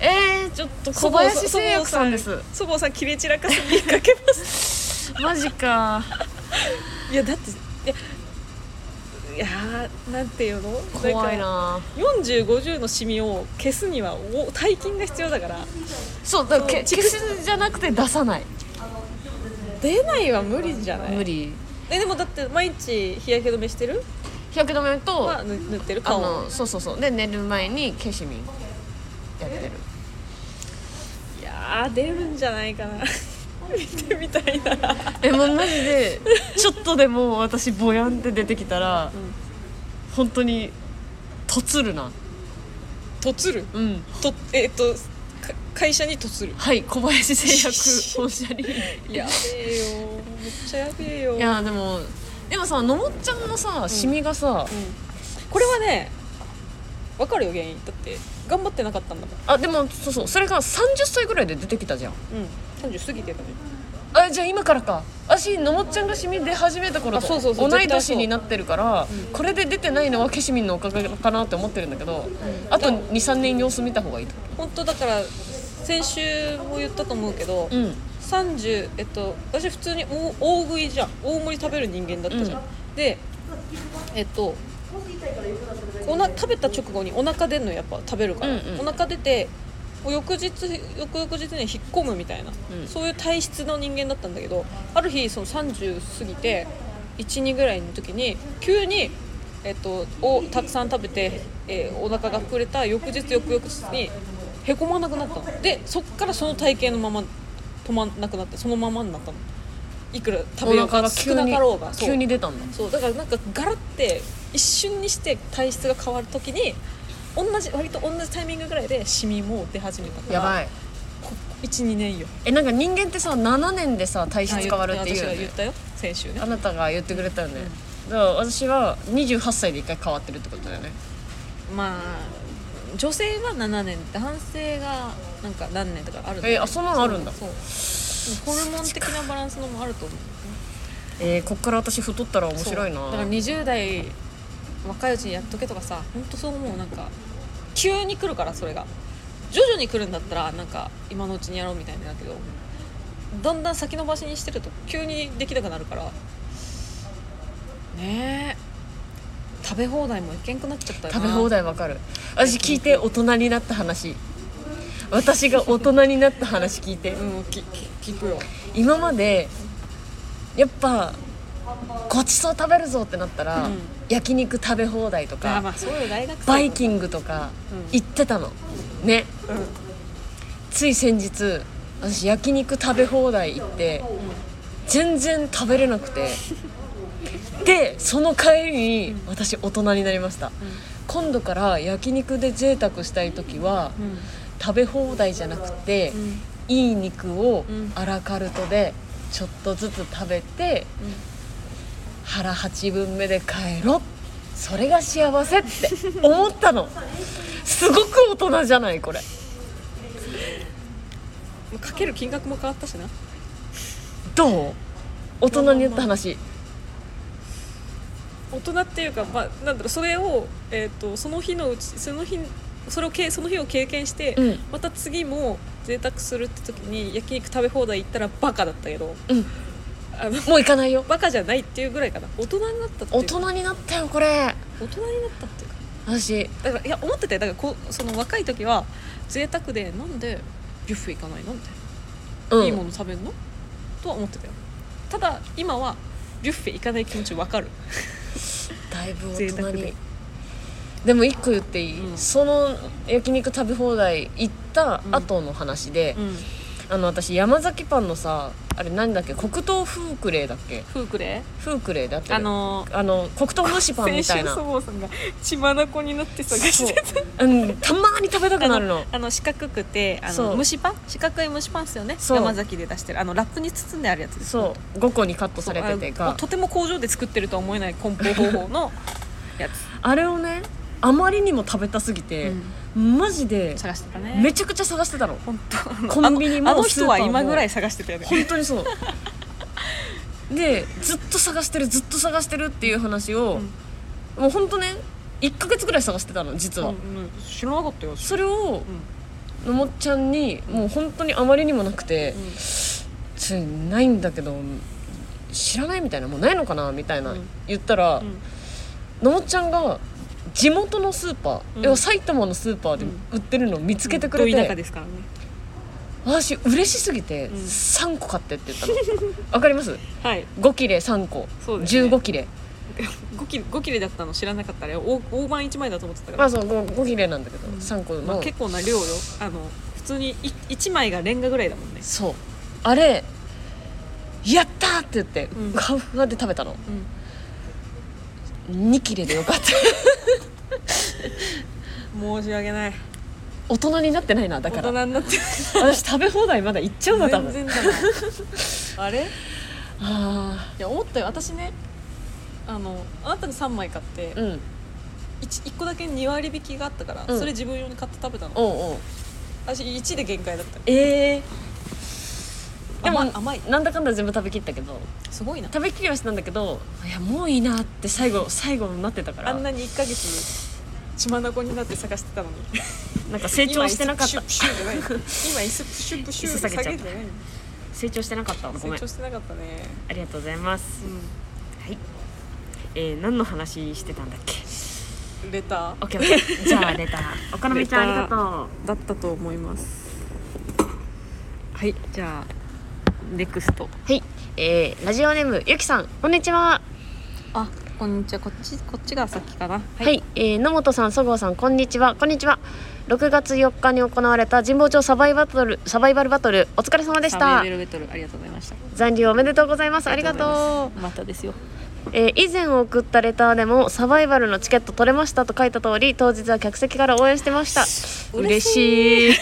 A: えー、ちょっと小林製薬さんです
B: そぼうさん切れ散らかすに かけます
A: マジか
B: いやだっていやいやーなんていうの
A: 怖いな
B: 4050のシミを消すにはお大金が必要だから
A: そうだからけ
B: そう
A: 消すじゃなくて出さない
B: 出ないは無理じゃない
A: 無理
B: えでもだって毎日日焼け止めしてる
A: 日焼け止めと、
B: は塗塗ってる
A: あ
B: 顔
A: のそうそうそうで寝る前にケシミンやってる
B: いやー出るんじゃない かな見てみたいな
A: えもうマジでちょっとでも私ボヤンって出てきたら、本当にとつるな
B: とつる
A: うん
B: とえっ、とか会社にとつる
A: はい小林製薬本社 に
B: やべえよめっちゃやべえよ
A: いやでもでもさのもっちゃんのさシミがさ、
B: うん、これはねわかるよ原因だって頑張ってなかったんだも
A: あでもそうそうそれが30歳ぐらいで出てきたじゃん
B: ん、うん、30過ぎてたね
A: あじゃあ今からか私のもっちゃんがシミ出始めた頃
B: あ
A: と
B: そうそうそう
A: 同い
B: 絶対そう
A: 年になってるから、これで出てないのはケシミンのおかげかなって思ってるんだけど、あと23年様子見た方がいいと
B: 本当だから先週も言ったと思うけど、
A: うん
B: 30えっと私普通に大大食いじゃん大盛り食べる人間だったじゃん、でえっとおな食べた直後にお腹出んのやっぱ食べるから、
A: うんうん
B: お腹出て翌日翌々日に引っ込むみたいな、
A: うん
B: そういう体質の人間だったんだけどある日その30過ぎて12ぐらいの時に急に、えっと、をたくさん食べて、えーお腹が膨れた翌日翌々日にへこまなくなったのでそっからその体型のまま止まんなくなってそのままになったのいくら食べよう
A: お腹
B: が
A: が
B: 少
A: 急
B: な
A: に
B: かろうがそう
A: 急に出たんだ
B: そうだからなんかガラって一瞬にして体質が変わるときに同じ割と同じタイミングぐらいでシミも出始めたから
A: やばい
B: 12年よ
A: えなんか人間ってさ7年でさ体質変わるっていう
B: 私
A: よ
B: は
A: ね
B: 言ったよ先週ね
A: あなたが言ってくれたよね、だから私は28歳で一回変わってるってことだよね
B: まあ女性は7年男性がなんか何年とかあるんだよ
A: えあそんなのあるんだ
B: そうホルモン的なバランスのもあると思うんですね
A: えー、こっから私太ったら面白いな
B: そうだから20代若いうちにやっとけとかさほんとそう思うなんか急に来るからそれが徐々に来るんだったらなんか今のうちにやろうみたいなんだけどだんだん先延ばしにしてると急にできなくなるからねえ食べ放題もいけんくなっちゃったよな
A: 食べ放題わかる私聞いて大人になった話私が大人になった話聞いて
B: うんきき聞くよ
A: 今までやっぱごちそう食べるぞってなったら、
B: うん
A: 焼肉食べ放題と
B: あ
A: か
B: まあそういう大学生
A: バイキングとか
B: うん
A: 行ってたのね
B: うんうん
A: つい先日私焼肉食べ放題行って全然食べれなくてでその帰りに私大人になりました今度から焼肉で贅沢したい時は
B: うん
A: 食べ放題じゃなくて、
B: うん
A: いい肉を
B: うん
A: アラカルトでちょっとずつ食べて腹8分目で帰ろそれが幸せって思ったのすごく大人じゃないこれ
B: うんかける金額も変わったしな
A: どう大人に言った話
B: 大人っていうか、まあ、なんだろうそれを、えー、とその日のうちその日それをけその日を経験して、
A: うん
B: また次も贅沢するって時に焼肉食べ放題行ったらバカだったけど
A: うん
B: あの
A: もう行かないよ
B: バカじゃないっていうぐらいかな大人になったってい
A: 大
B: うか
A: 人になったよこれ
B: 大人になったっていうか
A: 私
B: だからいや思っててだからこうその若い時は贅沢でなんでビュッフェ行かないのみたいな、
A: うん
B: いいもの食べんのとは思ってたよただ今はビュッフェ行かない気持ちわかる
A: だいぶ大
B: 贅沢
A: 人に
B: で
A: でも一個言っていい、
B: うん
A: その焼肉食べ放題行った後の話で、
B: うん
A: あの私山崎パンのさあれ何だっけ黒糖フークレーだっけ
B: フークレ
A: フークレーだってる
B: あのー
A: あの黒糖蒸しパンみたいな
B: 先週そぼうさんが血まなこになって探してた
A: うん、たまーに食べたくなるの
B: あの四角くてあ
A: そ
B: の
A: う
B: 蒸しパン四角い蒸しパンですよね
A: そう
B: 山崎で出してるあのラップに包んであるやつです
A: そう5個にカットさ
B: そう
A: れてて
B: あの
A: か
B: とても工場で作ってるとは思えない梱包方 法のやつ、
A: あれをねあまりにも食べたすぎて、マジで
B: 探してたね
A: めちゃくちゃ探してたの
B: 本当
A: コンビニも
B: あのあの
A: スー
B: 人
A: パー
B: は
A: も
B: 今ぐらい探してたよね
A: 本当にそうでずっと探してるずっと探してるっていう話を、もうほんとね1ヶ月ぐらい探してたの実は、
B: うんうん知らなかったよ
A: それを
B: うん
A: のもっちゃんにもう本当にあまりにもなくて、
B: うん
A: ついないんだけど知らないみたいなもうないのかなみたいな、
B: うん
A: 言ったら、
B: うん
A: のもっちゃんが地元のスーパー、
B: うん
A: 要は埼玉のスーパーで売ってるのを見つけてくれ
B: ど田舎
A: て、
B: ですからね
A: 私嬉しすぎて
B: うん
A: 3個買ってって言 ったのわ、かります
B: はい
A: 5切れ3個、
B: そうですね
A: 15切れ
B: 5切れ5切れだったの知らなかったら大大判1枚だと思ってたから
A: まあそう 5, 切れなんだけど、3個の、
B: まあ、結構な量よあの普通にい1枚がレンガぐらいだもんね
A: そうあれやったーって言って、
B: うん
A: ふわふわで食べたの
B: うん
A: 2切れでよかった
B: 申し訳ない
A: 大人になってないなだか
B: 大
A: ら
B: 人になってる
A: 私食べ放題まだ行っちゃうわ多
B: 全
A: 分
B: 然だなあれい
A: あ
B: や思ったよ私ねあのあなたが3枚買って
A: あうん
B: 一 1, 個だけ2割引きがあったから、
A: うん
B: それ自分用に買って食べたの
A: おうおう
B: 私1で限界だったよ
A: ええで
B: でも
A: も
B: 甘い
A: なんだかんだ全部食べきったけど
B: すごいな
A: 食べきりはしたんだけどいやもういいなって最後最後になってたから
B: あんなに1ヶ月血まなこになって探してたのに
A: なんか成長してなかった
B: 今椅子プシュップシュッじゃない今椅子プシュップシュッ
A: 椅子下げちゃった
B: てない
A: 成長してなかったわごめ
B: 成
A: ん
B: 長してなかったね
A: ありがとうございます
B: う
A: はいえー、何の話してたんだっけ
B: んレター
A: オッケーオッケーじゃあレターお好みちゃんありがとう
B: だったと思いますはいじゃあネクスト
A: はいえー、ラジオネームゆきさんこんにちは
B: あこんにちはこっちこっちが先かな
A: はい、えー野本さん、そごうさん、こんにちは。こんにちは。6月4日に行われた神保町サバイバトル、サバイバルバトル、お疲れ様でし
B: サ
A: た
B: メ。ベルベトルありがとうございました
A: 残留おめでとうございます。ありがと
B: うまたですよ
A: う。えー以前送ったレターでも、サバイバルのチケット取れましたと書いた通り、当日は客席から応援してました。嬉しい。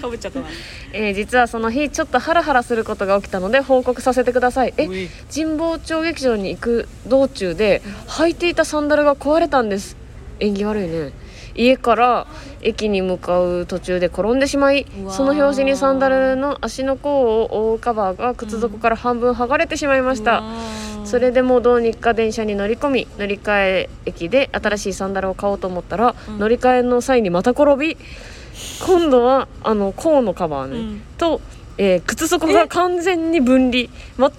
B: かぶっちゃったな
A: えー実はその日、ちょっとハラハラすることが起きたので、報告させてください。え、
B: うい
A: 神保町劇場に行く道中で履いていたサンダルが壊れたんです縁起悪いね家から、え駅に向かう途中で転んでしまいう
B: わー
A: その拍子にサンダルの足の甲を覆うカバーが靴底から半分剥がれてしまいました、それでもどうにか電車に乗り込み乗り換え駅で新しいサンダルを買おうと思ったら、
B: うん
A: 乗り換えの際にまた転び今度はあの甲のカバーね、
B: うん
A: と、えー靴底が完全に分離全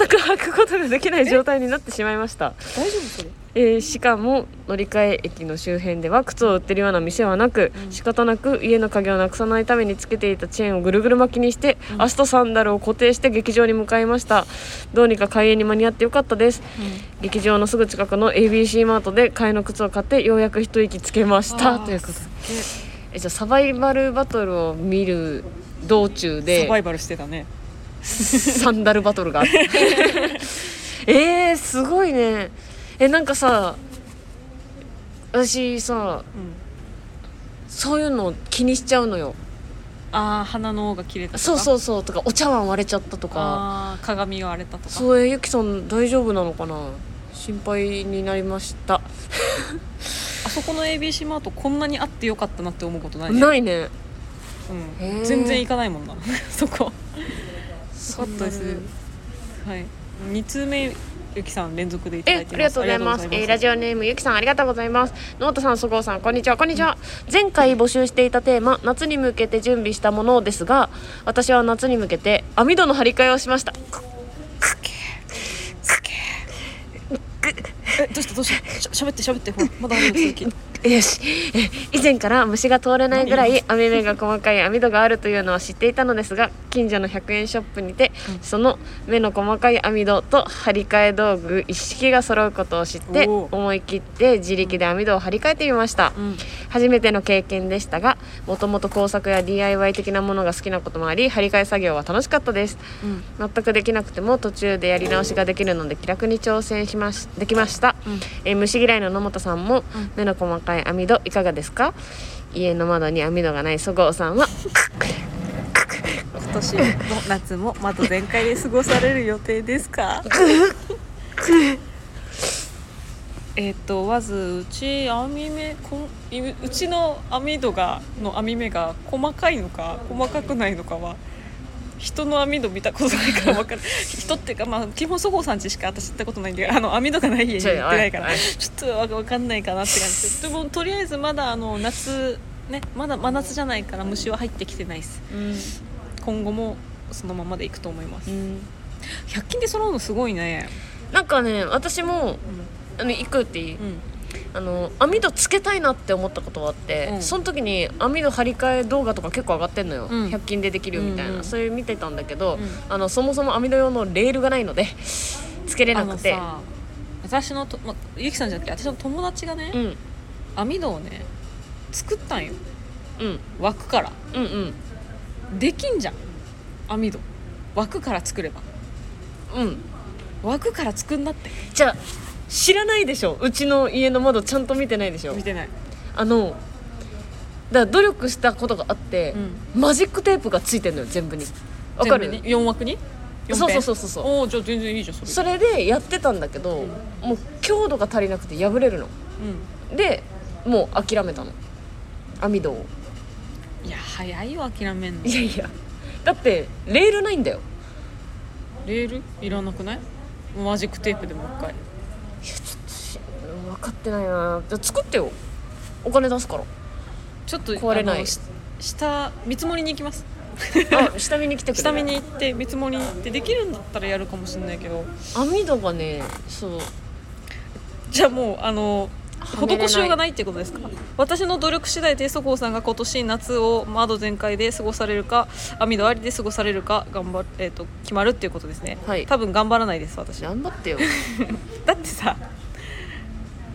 A: く履くことができない状態になってしまいました
B: 大丈夫それ
A: えーしかも乗り換え駅の周辺では靴を売ってるような店はなく、
B: うん
A: 仕方なく家の鍵をなくさないためにつけていたチェーンをぐるぐる巻きにして、
B: うん
A: 足とサンダルを固定して劇場に向かいましたどうにか開演に間に合ってよかったです劇場のすぐ近くの ABC マートで替えの靴を買ってようやく一息つけました
B: あー
A: ということですえじゃあサバイバルバトルを見る道中
B: げえ
A: で
B: サバイバルしてたね
A: サンダルバトルがあって えー、すごいねえなんかさ私さ
B: うん
A: そういうの気にしちゃうのよ
B: ああ鼻の緒が切れたとか
A: そうそううそうとかお茶碗割れちゃったとか
B: あー鏡が荒れたとか
A: そうえゆきさん大丈夫なのかな心配になりました
B: あそこの ABC マートこんなにあってよかったなって思うことないね
A: ないね
B: う
A: へ
B: ん、
A: ー
B: 全然行かないもんな そこ
A: よ
B: かったですはい2通目ゆきさん連続でいただ
A: え
B: い、て
A: ありがとうございます。えーラジオネームゆきさんありがとうございます。ノートさん、そごうさん、こんにちは。こんにちは。前回募集していたテーマ、夏に向けて準備したものですが、私は夏に向けて網戸の張り替えをしました。
B: えどうしたどうしたしゃしゃべってしゃべってほらまだあるよ続き
A: よしえ以前から虫が通れないぐらい網目が細かい 網戸があるというのは知っていたのですが近所の100円ショップにてその目の細かい網戸と張り替え道具一式が揃うことを知って
B: おー
A: 思い切って自力で網戸を張り替えてみました
B: うん
A: 初めての経験でしたがもともと工作や DIY 的なものが好きなこともあり張り替え作業は楽しかったです
B: うん
A: 全くできなくても途中でやり直しができるので気楽に挑戦しましできました、
B: うん
A: えー虫嫌いの野本さんも
B: うん
A: 目の細かい網戸いかがですか家の窓に網戸がないそごうさんは
B: 今年も夏も窓全開で過ごされる予定ですか えっとまずうち網目こんうちの網戸がの網目が細かいのか細かくないのかは人の網戸見たことないから分かる人っていうかまあ基本そごうさんちしか私行ったことないんであの網戸がない家に行ってないから
A: ちょいおいおい
B: ちょっとわわかんないかなって感じででもとりあえずまだあの夏ねまだ真夏じゃないから虫は入ってきてないです
A: うん、
B: 今後もそのままでいくと思います100均で揃うのすごいね
A: なんかね私も
B: う
A: あの行くっていい
B: ん、うん、
A: あの網戸つけたいなって思ったことがあって、
B: うん
A: その時に網戸張り替え動画とか結構上がってんのよ、
B: うん
A: 100均でできるみたいな、
B: うんうん
A: そういう見てたんだけど、
B: うん
A: あのそもそも網戸用のレールがないのでつけれ
B: あ
A: な
B: の
A: くて
B: さ私のと、ま、ゆきさんじゃなくて私の友達がね、
A: うん
B: 網戸をね作ったんよ
A: うん
B: 枠から
A: うんうん
B: できんじゃん網戸枠から作れば
A: うん
B: 枠から作んなって
A: じゃあ知らないでしょうちの家の窓ちゃんと見てないでしょ
B: 見てない、
A: あのだから努力したことがあって、マジックテープがついてんのよ全部にわかる
B: 4枠に
A: そうそうそううそうそう
B: おおじゃあ全然いいじゃんそれ
A: それでやってたんだけど、
B: うん
A: もう強度が足りなくて破れるの
B: う
A: でもう諦めたの網戸を
B: んいや早いよ諦めんの
A: いやいやだってレールないんだよ
B: レールいらなくないマジックテープでもう一
A: いやち
B: 回
A: ょっとし分かってないなじゃあ作ってよお金出すから
B: ちょっと
A: 壊れない
B: あのし下見積もりに行きます
A: あ下見に来てくれ
B: 下見に行って見積もりに行ってできるんだったらやるかもしれないけど
A: 網戸がねそう
B: じゃあもうあの
A: はめれない
B: 施しようがないってことですか私の努力次第でそこうさんが今年夏を窓全開で過ごされるか網戸ありで過ごされるか頑張、えー、と決まるっていうことですね、
A: はい
B: 多分頑張らないです私だ
A: 頑張って よ
B: ってさ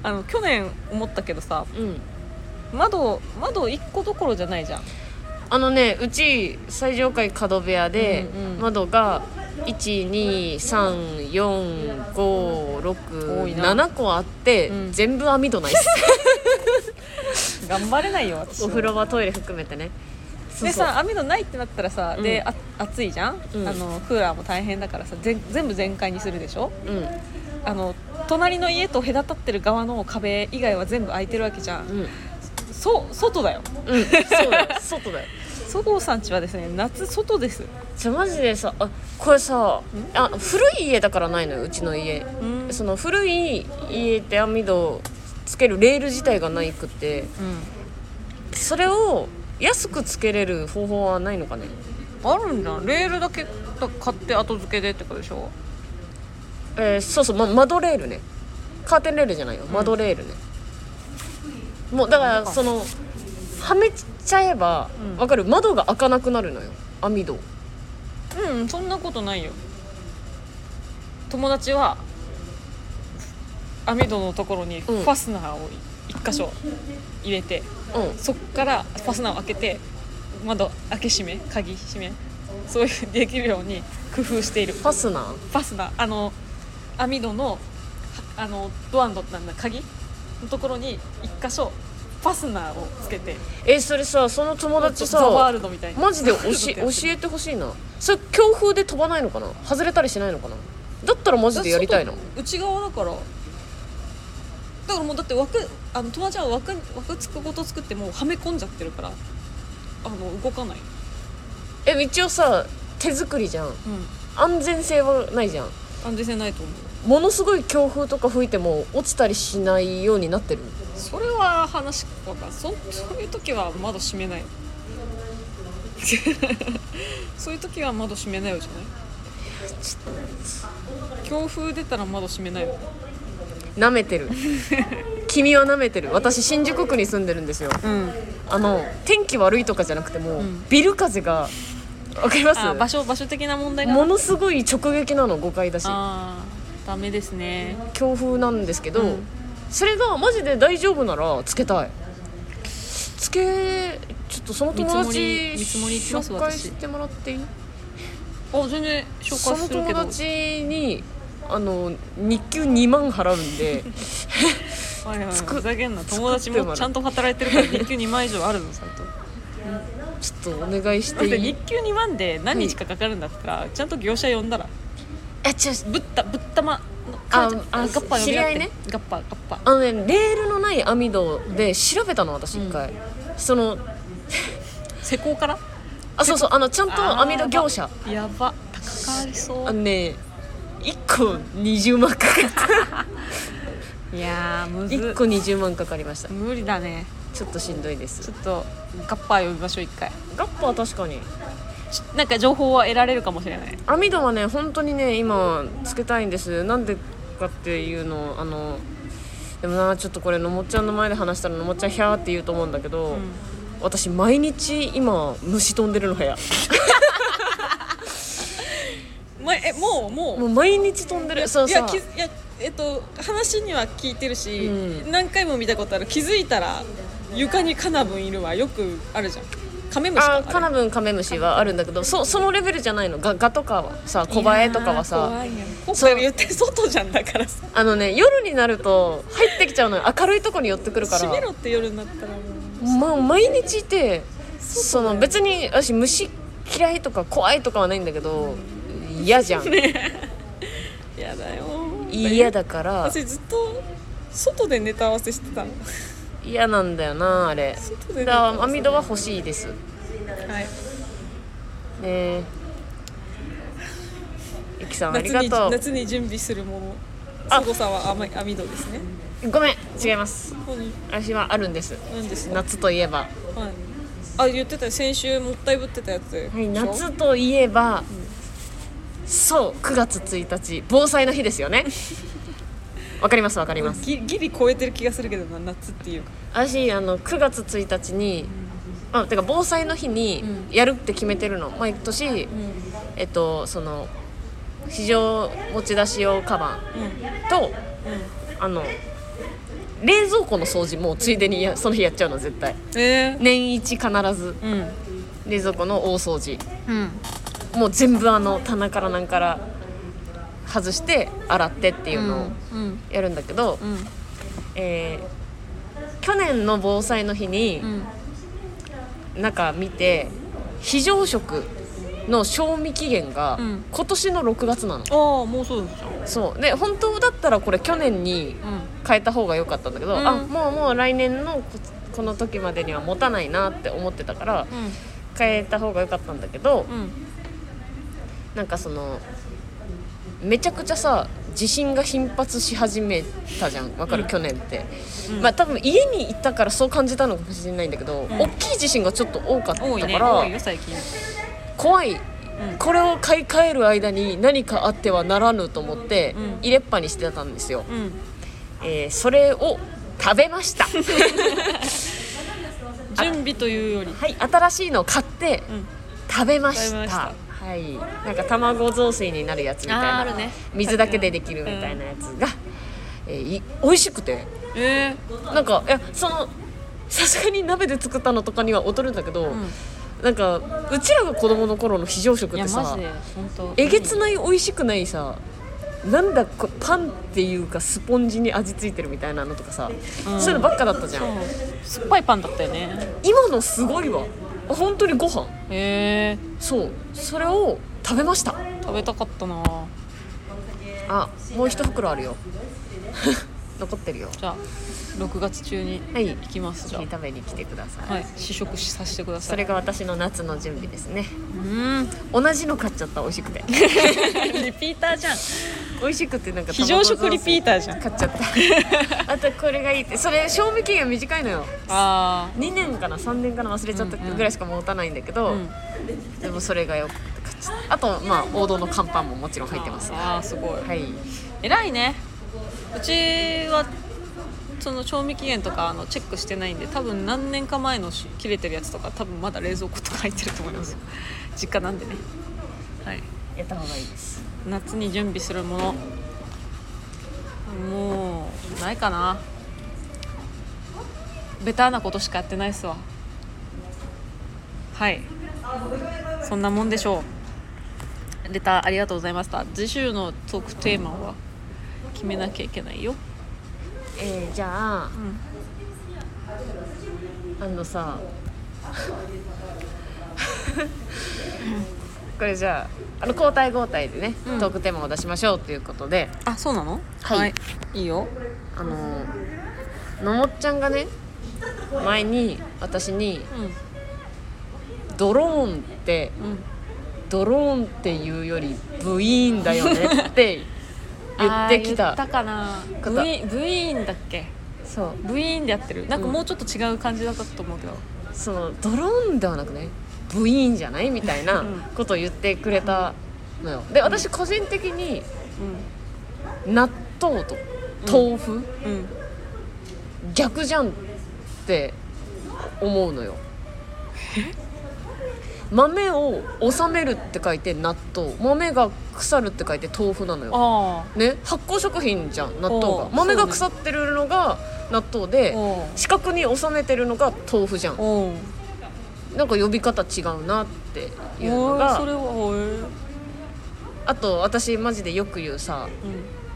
B: あの去年思ったけどさ
A: うん
B: 窓窓1個どころじゃないじゃん
A: あのねうち最上階角部屋で、
B: うんうん
A: 窓が
B: 多いな
A: 1234567個あって、
B: うん
A: 全部網戸ないっす
B: 頑張れないよ私は
A: お風呂場トイレ含めてねそうそう
B: でさ網戸ないってなったらさ、
A: うん
B: であ暑いじゃん、
A: うん
B: あのクーラーも大変だからさ全全部全開にするでしょ
A: うん
B: あの隣の家と隔たってる側の壁以外は全部開いてるわけじゃん
A: うん
B: そ外だよ
A: うんそうだよ外だよ
B: そごうさんちはですね夏外です
A: じゃマジでさあこれさあ古い家だからないのようちの家
B: うん
A: その古い家って網戸をつけるレール自体がないくてそれを安くつけれる方法はないのかね
B: あるんじゃんレールだけ買って後付けでってことでしょ
A: えーそうそう、ま、窓レールねカーテンレールじゃないよ窓レールね、もうだか
B: あ
A: ら
B: そうか
A: そのはめちゃえば
B: うん
A: わかる窓が開かなくなるのよ網戸
B: うんそんなことないよ友達は網戸のところにフ
A: うん
B: ァスナーを一箇所入れて、
A: う
B: そっからファスナーを開けて窓開け閉め鍵閉めそういうできるように工夫している
A: んファスナー
B: ファスナーあの網戸のはあのドアのなんだ鍵のところに一箇所ファスナーをつけて
A: えーそれさその友達
B: ザワ
A: さ
B: ールドみたいな
A: マジ で教え教
B: え
A: えてほしいなそれ強風で飛ばないのかな外れたりしないのかなだったらマジでやりたいの
B: 内側だからだからもうだって枠あの友達は枠枠つくごと作ってもうはめ込んじゃってるからあの動かない、
A: え一応さ手作りじゃん安全性はないじゃん
B: 安全性ないと思う
A: ものすごい強風とか吹いても落ちたりしないようになってる
B: それは話わかんそそういう時は窓閉めない そういう時は窓閉めないよじゃない強風出たら窓閉めないよ
A: 舐めて る君は舐めてる私新宿区に住んでるんですよ
B: うん
A: あの天気悪いとかじゃなくても、
B: うん
A: ビル風がわかります
B: あ場所場所的な問題が
A: ものすごい直撃なの誤解だし
B: あーダメですね
A: 強風なんですけど、
B: うん
A: それがマジで大丈夫ならつけたいつけちょっとその友達
B: 見積もり見積もり行きます
A: 紹介
B: 私
A: してもらっていい
B: あ全然紹介するけど
A: その友達にあの日給2万払うん で
B: はいはいはい
A: つく
B: ふざけんな
A: 作って
B: 友達もちゃんと働いてる から日給2万以上あるのさんと
A: ちょっとお願いし
B: だってて
A: い
B: 日
A: い
B: 給2万で何日かかかるんだったらちゃんと業者呼んだら
A: えちょ
B: ぶったぶったま
A: あ
B: の
A: あ
B: ガッパ呼
A: 知
B: び
A: り
B: 合っ
A: 合い
B: て
A: ね
B: ガッパガッパ
A: あのねレールのない網戸で調べたの私一回、その
B: 施工から
A: あそうそうあのちゃん
B: あ
A: と
B: ー
A: 網戸業者
B: やば高かりそ
A: あのね1個20万かかった
B: ういやーむ
A: 1個20万かかりました
B: 無理だね
A: ちょっとしんどいです
B: ちょっとガッパ呼びましょう一回
A: ガッパは確かに
B: ちなんか情報は得られるかもしれない
A: 網戸はね本当にね今つけたいんですなんでかっていうのをあのでもなちょっとこれのもっちゃんの前で話したらのもっちゃんヒャーって言うと思うんだけど、
B: ん
A: 私毎日今虫飛んでるの部屋
B: まえもうもう
A: もう毎日飛んでるそう
B: い
A: さ
B: やきいやえっと話には聞いてるし、
A: うん
B: 何回も見たことある気づいたら床にカナブンいるわよくあるじゃんカメムシか
A: あーカナブンカメムシはあるんだけどそそのレベルじゃないのガガとかはさコバエとかはさそ
B: そうう言って外じゃんだからさ
A: あのね夜になると入ってきちゃうのよ明るいとこに寄ってくるから
B: 閉めろって夜になったらもう
A: まあ、毎日いてその別に私虫嫌いとか怖いとかはないんだけど嫌じゃん
B: やだよ
A: 嫌だから
B: 私ずっと外でネタ合わせしてたの
A: 嫌なんだよなあれ
B: 外
A: だ
B: でネ
A: か
B: タ合
A: ら
B: わせ
A: 網戸は欲しいですね
B: はい
A: えゆきさんあり
B: 夏
A: が
B: に
A: とう
B: 夏に準備するもの
A: あ
B: すごさは網網戸ですね
A: ごめん違います
B: 何
A: 私はあるんです
B: 何ですか
A: 夏といえば、
B: はい、あ言ってたよ先週もったいぶってたやつ、
A: はい、
B: でし
A: 夏といえば、そう9月1日防災の日ですよ ねわかりますわかりま
B: ょ
A: す
B: ギギリ超えてる気がするけどな夏っていうか
A: 私あの9月1日に、あてか防災の日に
B: う
A: やるって決めてるの毎年、
B: う
A: えっとその非常持ち出し用カバン
B: んうん
A: とあの冷蔵庫の掃除もついでにやその日やっちゃうの絶対
B: え
A: 年一必ず
B: ー、うん
A: 冷蔵庫の大掃除
B: うん
A: もう全部あの棚からなんから外して洗ってっていうのを
B: うん
A: やるんだけど、
B: うん
A: えー去年の防災の日に、
B: うん
A: 中見て非常食の賞味期限が
B: うん
A: 今年の6月なの、
B: ああもうそうじゃん
A: そうで本当だったらこれ去年に
B: うん
A: 変えた方が良かったんだけど、
B: うん
A: あもうもう来年のこここの時までには持たないなって思ってたから
B: うん
A: 変えた方が良かったんだけど
B: うん
A: なんかそのめちゃくちゃさ地震が頻発し始めたじゃんわかる、
B: うん
A: 去年って、
B: うん
A: まあ多分家にいたからそう感じたのかもしれないんだけど、
B: ん
A: 大きい地震がちょっと多かった
B: 多いね
A: か
B: 多
A: ら、
B: いよ最近
A: 怖い
B: うん
A: これを買い替える間に何かあってはならぬと思って、
B: うん
A: 入れっぱにしてたんですよ、
B: うん
A: えーそれを食べました
B: 準備というより
A: はい新しいのを買って
B: うん
A: 食べまし
B: 食
A: た
B: べました
A: はいなんか卵雑炊になるやつみたい
B: あーあ
A: な、
B: るね
A: 水だけでできるみたいなやつが、えーい美味しくて
B: え
A: なんかいやそのさすがに鍋で作ったのとかには劣るんだけど、なんかうちらが子供の頃の非常食
B: ー、い
A: っ
B: や
A: て
B: マ
A: さ
B: ジで本当
A: えげつ
B: い
A: ない美味しくないさなんだこパンっていうかスポンジに味付いてるみたいなのとかさ、
B: うん
A: そういうのばっかだったじゃん
B: 酸っぱいパンだったよね
A: 今のすごいわあ本当にご飯
B: え
A: そうそれを食べました
B: ー、食べたかったな
A: あもう一袋あるよ 残ってるよ
B: じゃあ6月中に
A: はい
B: 行きますじ
A: ぜ
B: ゃ
A: ひ食べに来てください、
B: あはい試食しさせてくださ
A: そ
B: い
A: れが私の夏の準備ですね
B: うーん
A: 同じの買っちゃった美味しくて
B: リピーターじゃん
A: 美味しくてなんか
B: 非常食リピー
A: ー
B: ターじゃん
A: 買っちゃった あとこれがいいってそれ賞味期限短いのよ
B: あ
A: 2年かな3年かな忘れちゃった
B: うんうん
A: ぐらいしか持たないんだけ
B: あ
A: ど、
B: うん
A: でもそれがよく買っちゃったあとまあ王道の乾パンももちろん入ってますは
B: あーすごい
A: い
B: 偉いねうちはその賞味期限とかあのチェックしてないんで多分何年か前のし切れてるやつとか多分まだ冷蔵庫とか入ってると思います実家なんでねはい
A: やった方がいいです
B: 夏に準備するものもうないかなベターなことしかやってないっすわはいそんなもんでしょうレターありがとうございました次週のトークテーマは決めなきゃいけないよ
A: えー、じゃあ、あのさこれじゃああの交代交代でね、
B: うん
A: トークテーマを出しましょうということで
B: あそうなの
A: はい
B: いいよ
A: あののもっちゃんがね前に私に
B: う
A: 「ドローンって
B: んうん
A: ドローンっていうよりブイーンだよね」 って言ってき
B: あー言った
A: た
B: かな
A: 方
B: ブイブイーンだっけ
A: そう
B: ブイーンでやってるなんか
A: うん
B: もうちょっと違う感じだったと思うけど、
A: そのドローンではなくねブイーンじゃないみたいな
B: うん
A: ことを言ってくれたのよで私個人的に納豆と豆腐、
B: うんうん
A: 逆じゃんって思うのよ豆を収めるって書いて納豆豆が腐るって書いて豆腐なのよ
B: あ
A: ね発酵食品じゃん納豆
B: お
A: が
B: う
A: 豆
B: そ
A: が
B: うね
A: 腐ってるのが納豆で
B: あおう
A: 四角に収めてるのが豆腐じゃん
B: おう
A: なんか呼び方違うなっていうの
B: おうそれ
A: が
B: はおううん
A: あと私マジでよく言うさ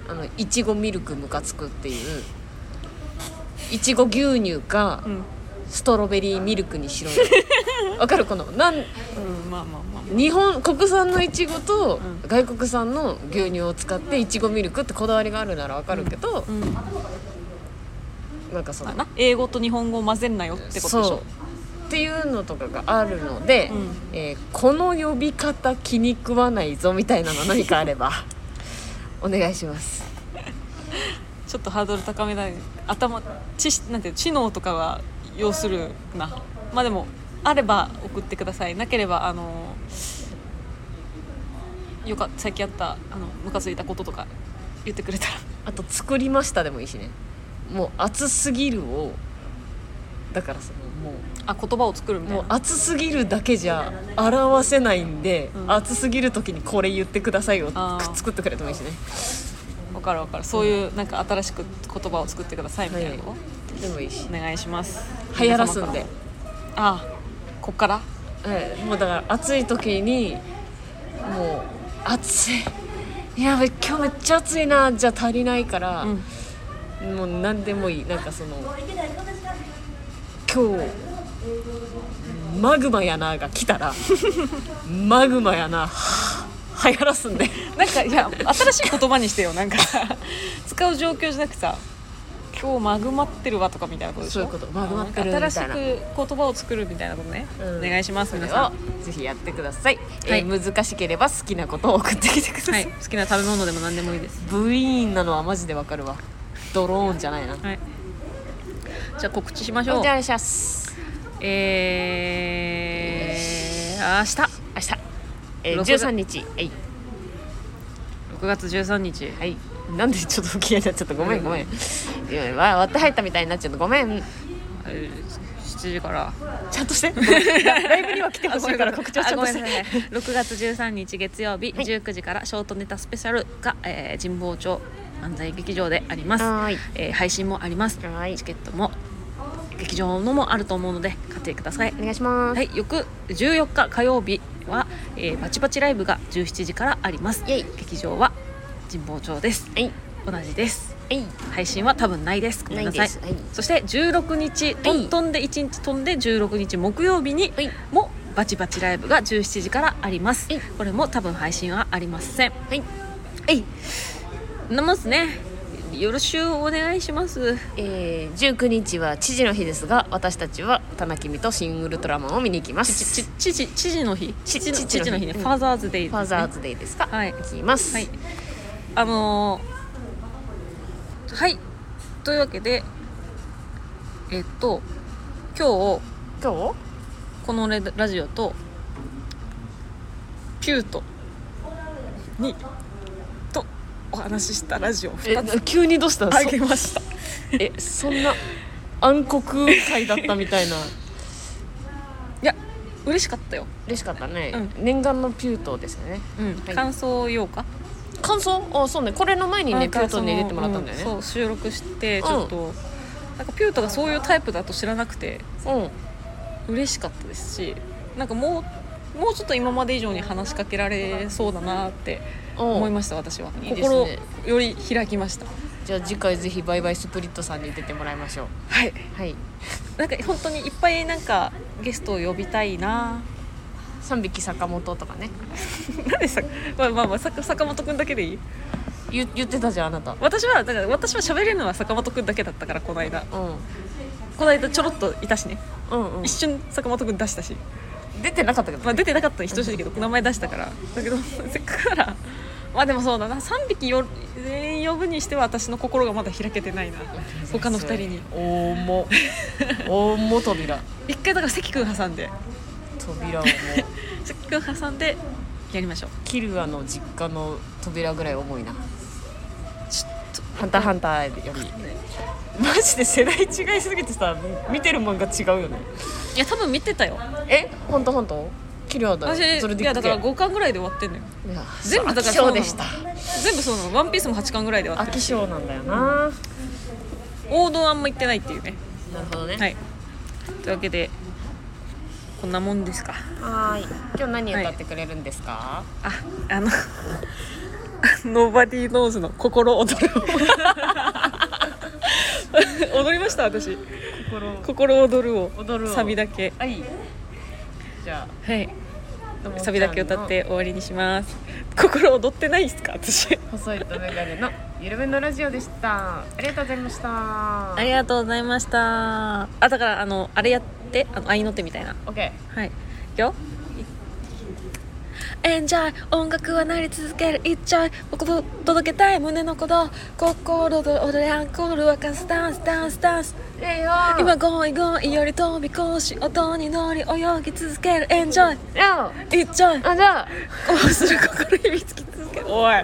A: あのいちごミルクムカつくっていういちご牛乳か
B: うん
A: ストロベリーミルクにし ろよわかるこのなん
B: うんまあまあまあ
A: 日本国産のいちごと
B: う
A: 外国産の牛乳を使っていちごミルクってこだわりがあるならわかるけど、
B: うん
A: なんかその
B: まあな英語と日本語を混ぜんなよってことでし
A: そう
B: ょ
A: っていうのとかがあるので、
B: うん
A: えーこの呼び方気に食わないぞみたいなの何かあれ ばお願いします
B: ちょっとハードル高めだね頭知識なんていうの知能とかは要するなまあでもあれば送ってくださいなければあのよか最近あったあのムカついたこととか言ってくれたら
A: あと「作りました」でもいいしねもう「熱すぎるを」だからそのもう
B: あ言葉を作るみたい
A: もう
B: な
A: 暑すぎるだけじゃ表せないんで、
B: うん
A: 暑すぎる時にこれ言ってくださいを
B: あー
A: く作ってくれてもいいしね
B: わかるわかるそういうなんか新しく言葉を作ってくださいみたいなのを
A: でもいいし
B: お願いします
A: 流行らすんで
B: 皆様からも、ああこっから
A: ええもうだから暑い時にもう暑い やべ今日めっちゃ暑いなじゃ足りないから、
B: うん
A: もう何でもいいなんかその今日マグマやなが来た らマグマやなはぁ流行らすんで
B: なんかいや新しい言葉にしてよなんか使う状況じゃなくてさ今日マグマってるわとかみたいなことでしょ
A: そういうことマグマってるみたいな
B: 新しく言葉を作るみたいなことね、
A: うん
B: お願いします
A: それ
B: 皆
A: を
B: さん
A: ぜひやってください、
B: は
A: え
B: い
A: ー難しければ好きなことを送ってきてくださ、
B: はいい、好きな食べ物でも何でもいいです。
A: ブイーンなのはマジでわかるわドローンじゃないな
B: はい。じゃあ告知しまし
A: じ
B: ょ
A: ゃあ
B: う
A: お。願いします
B: えー、明日
A: 明日、えー、
B: 録画
A: 13日はい
B: 6月13日。
A: はいなんでちょっと不機嫌になっちゃったごめんごめんいやわ割って入ったみたいになっちゃったごめん
B: あれ7時から
A: ちゃんとしてラライブには来てほしいから
B: あ
A: 告知はちゃんとして
B: あごめん なさい6月13日月曜日19時からショートネタスペシャルが、えー神保町漫才劇場であります、
A: はーい
B: えー配信もあります
A: はーい
B: チケットも劇場のもあると思うので買ってください
A: お願いします、
B: はい、翌14日火曜日は、えーバチバチライブが17時からあります
A: イエイ
B: 劇場は神保町です
A: はい
B: 同じです
A: はい
B: 配信は多分ないですごめんなさい
A: ないですはい
B: そして16日とん飛んで1日飛んで16日木曜日に
A: はい
B: もバチバチライブが17時からあります
A: はい
B: これも多分配信はありません
A: はい
B: はいなもんすねよろしゅうお願いします
A: えー、19日は知事の日ですが私たちは田中美と新ウルトラマンを見に行きま
B: ち
A: す
B: ちちち知事の日
A: ち
B: 父の
A: 父の日
B: 父の日ね
A: うん
B: ファーザーズデイです
A: フ
B: ね
A: ァーザーズデイですか、
B: はい
A: 行きます、
B: はい。あのーはい。というわけで、えっと、今日、
A: 今日
B: このレラジオと、ピュートに、と、お話ししたラジオを
A: え
B: 2つ
A: 急にどうした
B: あげました。
A: えそんな暗黒会だったみたいな
B: いや、嬉しかったよ。
A: 嬉しかったね、
B: う
A: 念願のピュートですよね
B: うん。
A: はい
B: 感想を言おうか。
A: 感想あそうねこれの前に
B: な
A: ね
B: ん
A: ピ
B: か
A: ュートに
B: その
A: 出てもらったんだよね
B: うそう、収録して、ちょっと、なんかピュートがそういうタイプだと知らなくて、
A: うんうん
B: 嬉しかったですしなんかもうもうちょっと今まで以上に話しかけられそうだなって思いました私はい
A: いです
B: 心
A: ね
B: より開きました
A: じゃあ次回ぜひバイバイスプリットさんに出てもらいましょう
B: はい
A: はい
B: なんか本当にいっぱいなんかゲストを呼びたいな
A: 3匹坂本とかね
B: 何でさ、まあ、まあまあさ坂本くんだけでいい
A: 言言ってたじゃんあなたうん
B: 私はだから私は喋れるのは坂本くんだけだったからこの間この間ちょろっといたしね
A: うんうん
B: 一瞬坂本くん出したし、
A: 出てなかったけど、
B: まあ、出てなかったに等しいけど名前出したからだけど せっかくならまあでもそうだな3匹よ全員呼ぶにしては私の心がまだ開けてないな他の2人に
A: 大も 大も扉
B: 一回だから関君挟んで
A: 扉をもう
B: 関君挟んでやりましょう
A: キルアの実家の扉ぐらい重いな
B: ちょっと
A: ハンターハンターより マジで世代違いすぎてさ見てる漫画違うよね
B: いや多分見てたよ
A: え本当本当キルアだよ
B: 私
A: それ
B: い
A: で
B: やだから5巻ぐらいで終わってんのよ全部だか
A: そ
B: らそうう
A: でした
B: 全部そうなの「ワンピースも8巻ぐらいで終わっ
A: 飽
B: て
A: き性なんだよな、
B: る王道あんま行ってないっていうね
A: なるほどね
B: はいというわけでこんなもんですか
A: はーい今日何歌ってくれるんですか、
B: ああの ノーバディーノーズの心躍る踊りました私
A: 心
B: 心躍るを
A: 躍るを
B: サビだけ
A: はいじゃ
B: はい
A: あ
B: サビだけ歌って終わりにします心躍ってないですか私
A: 細いとメガネのゆるめのラジオでしたありがとうございました
B: ありがとうございましたあだからあのあれやってあの愛の手みたいな
A: オッケー
B: はいいくよエンジョイ音楽は鳴り続ける一丁僕と届けたい胸の鼓動心で踊れアンコール沸かすダンスダンスダンス
A: ええよ
B: 今ゴイゴイより飛び越し音に乗り泳ぎ続けるエンジョイ
A: よ
B: 一丁
A: あじゃあ
B: こうする心につき続けるおい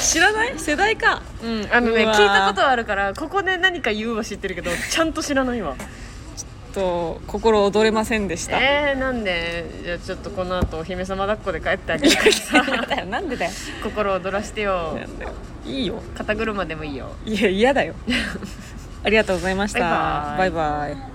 B: 知らない世代か
A: うんあのね
B: うわー
A: 聞いたことはあるからここで何か言うは知ってるけどちゃんと知らないわ
B: と心躍れませんで した、
A: えー、なんでじゃあちょっとこの後お姫様抱っこで帰ってあげるからさ
B: だよなんでだよ
A: 心躍らしてよ
B: なんだよいいよ
A: 肩車でもいいよ
B: いや嫌だよありがとうございました
A: バイバイ
B: バイバイ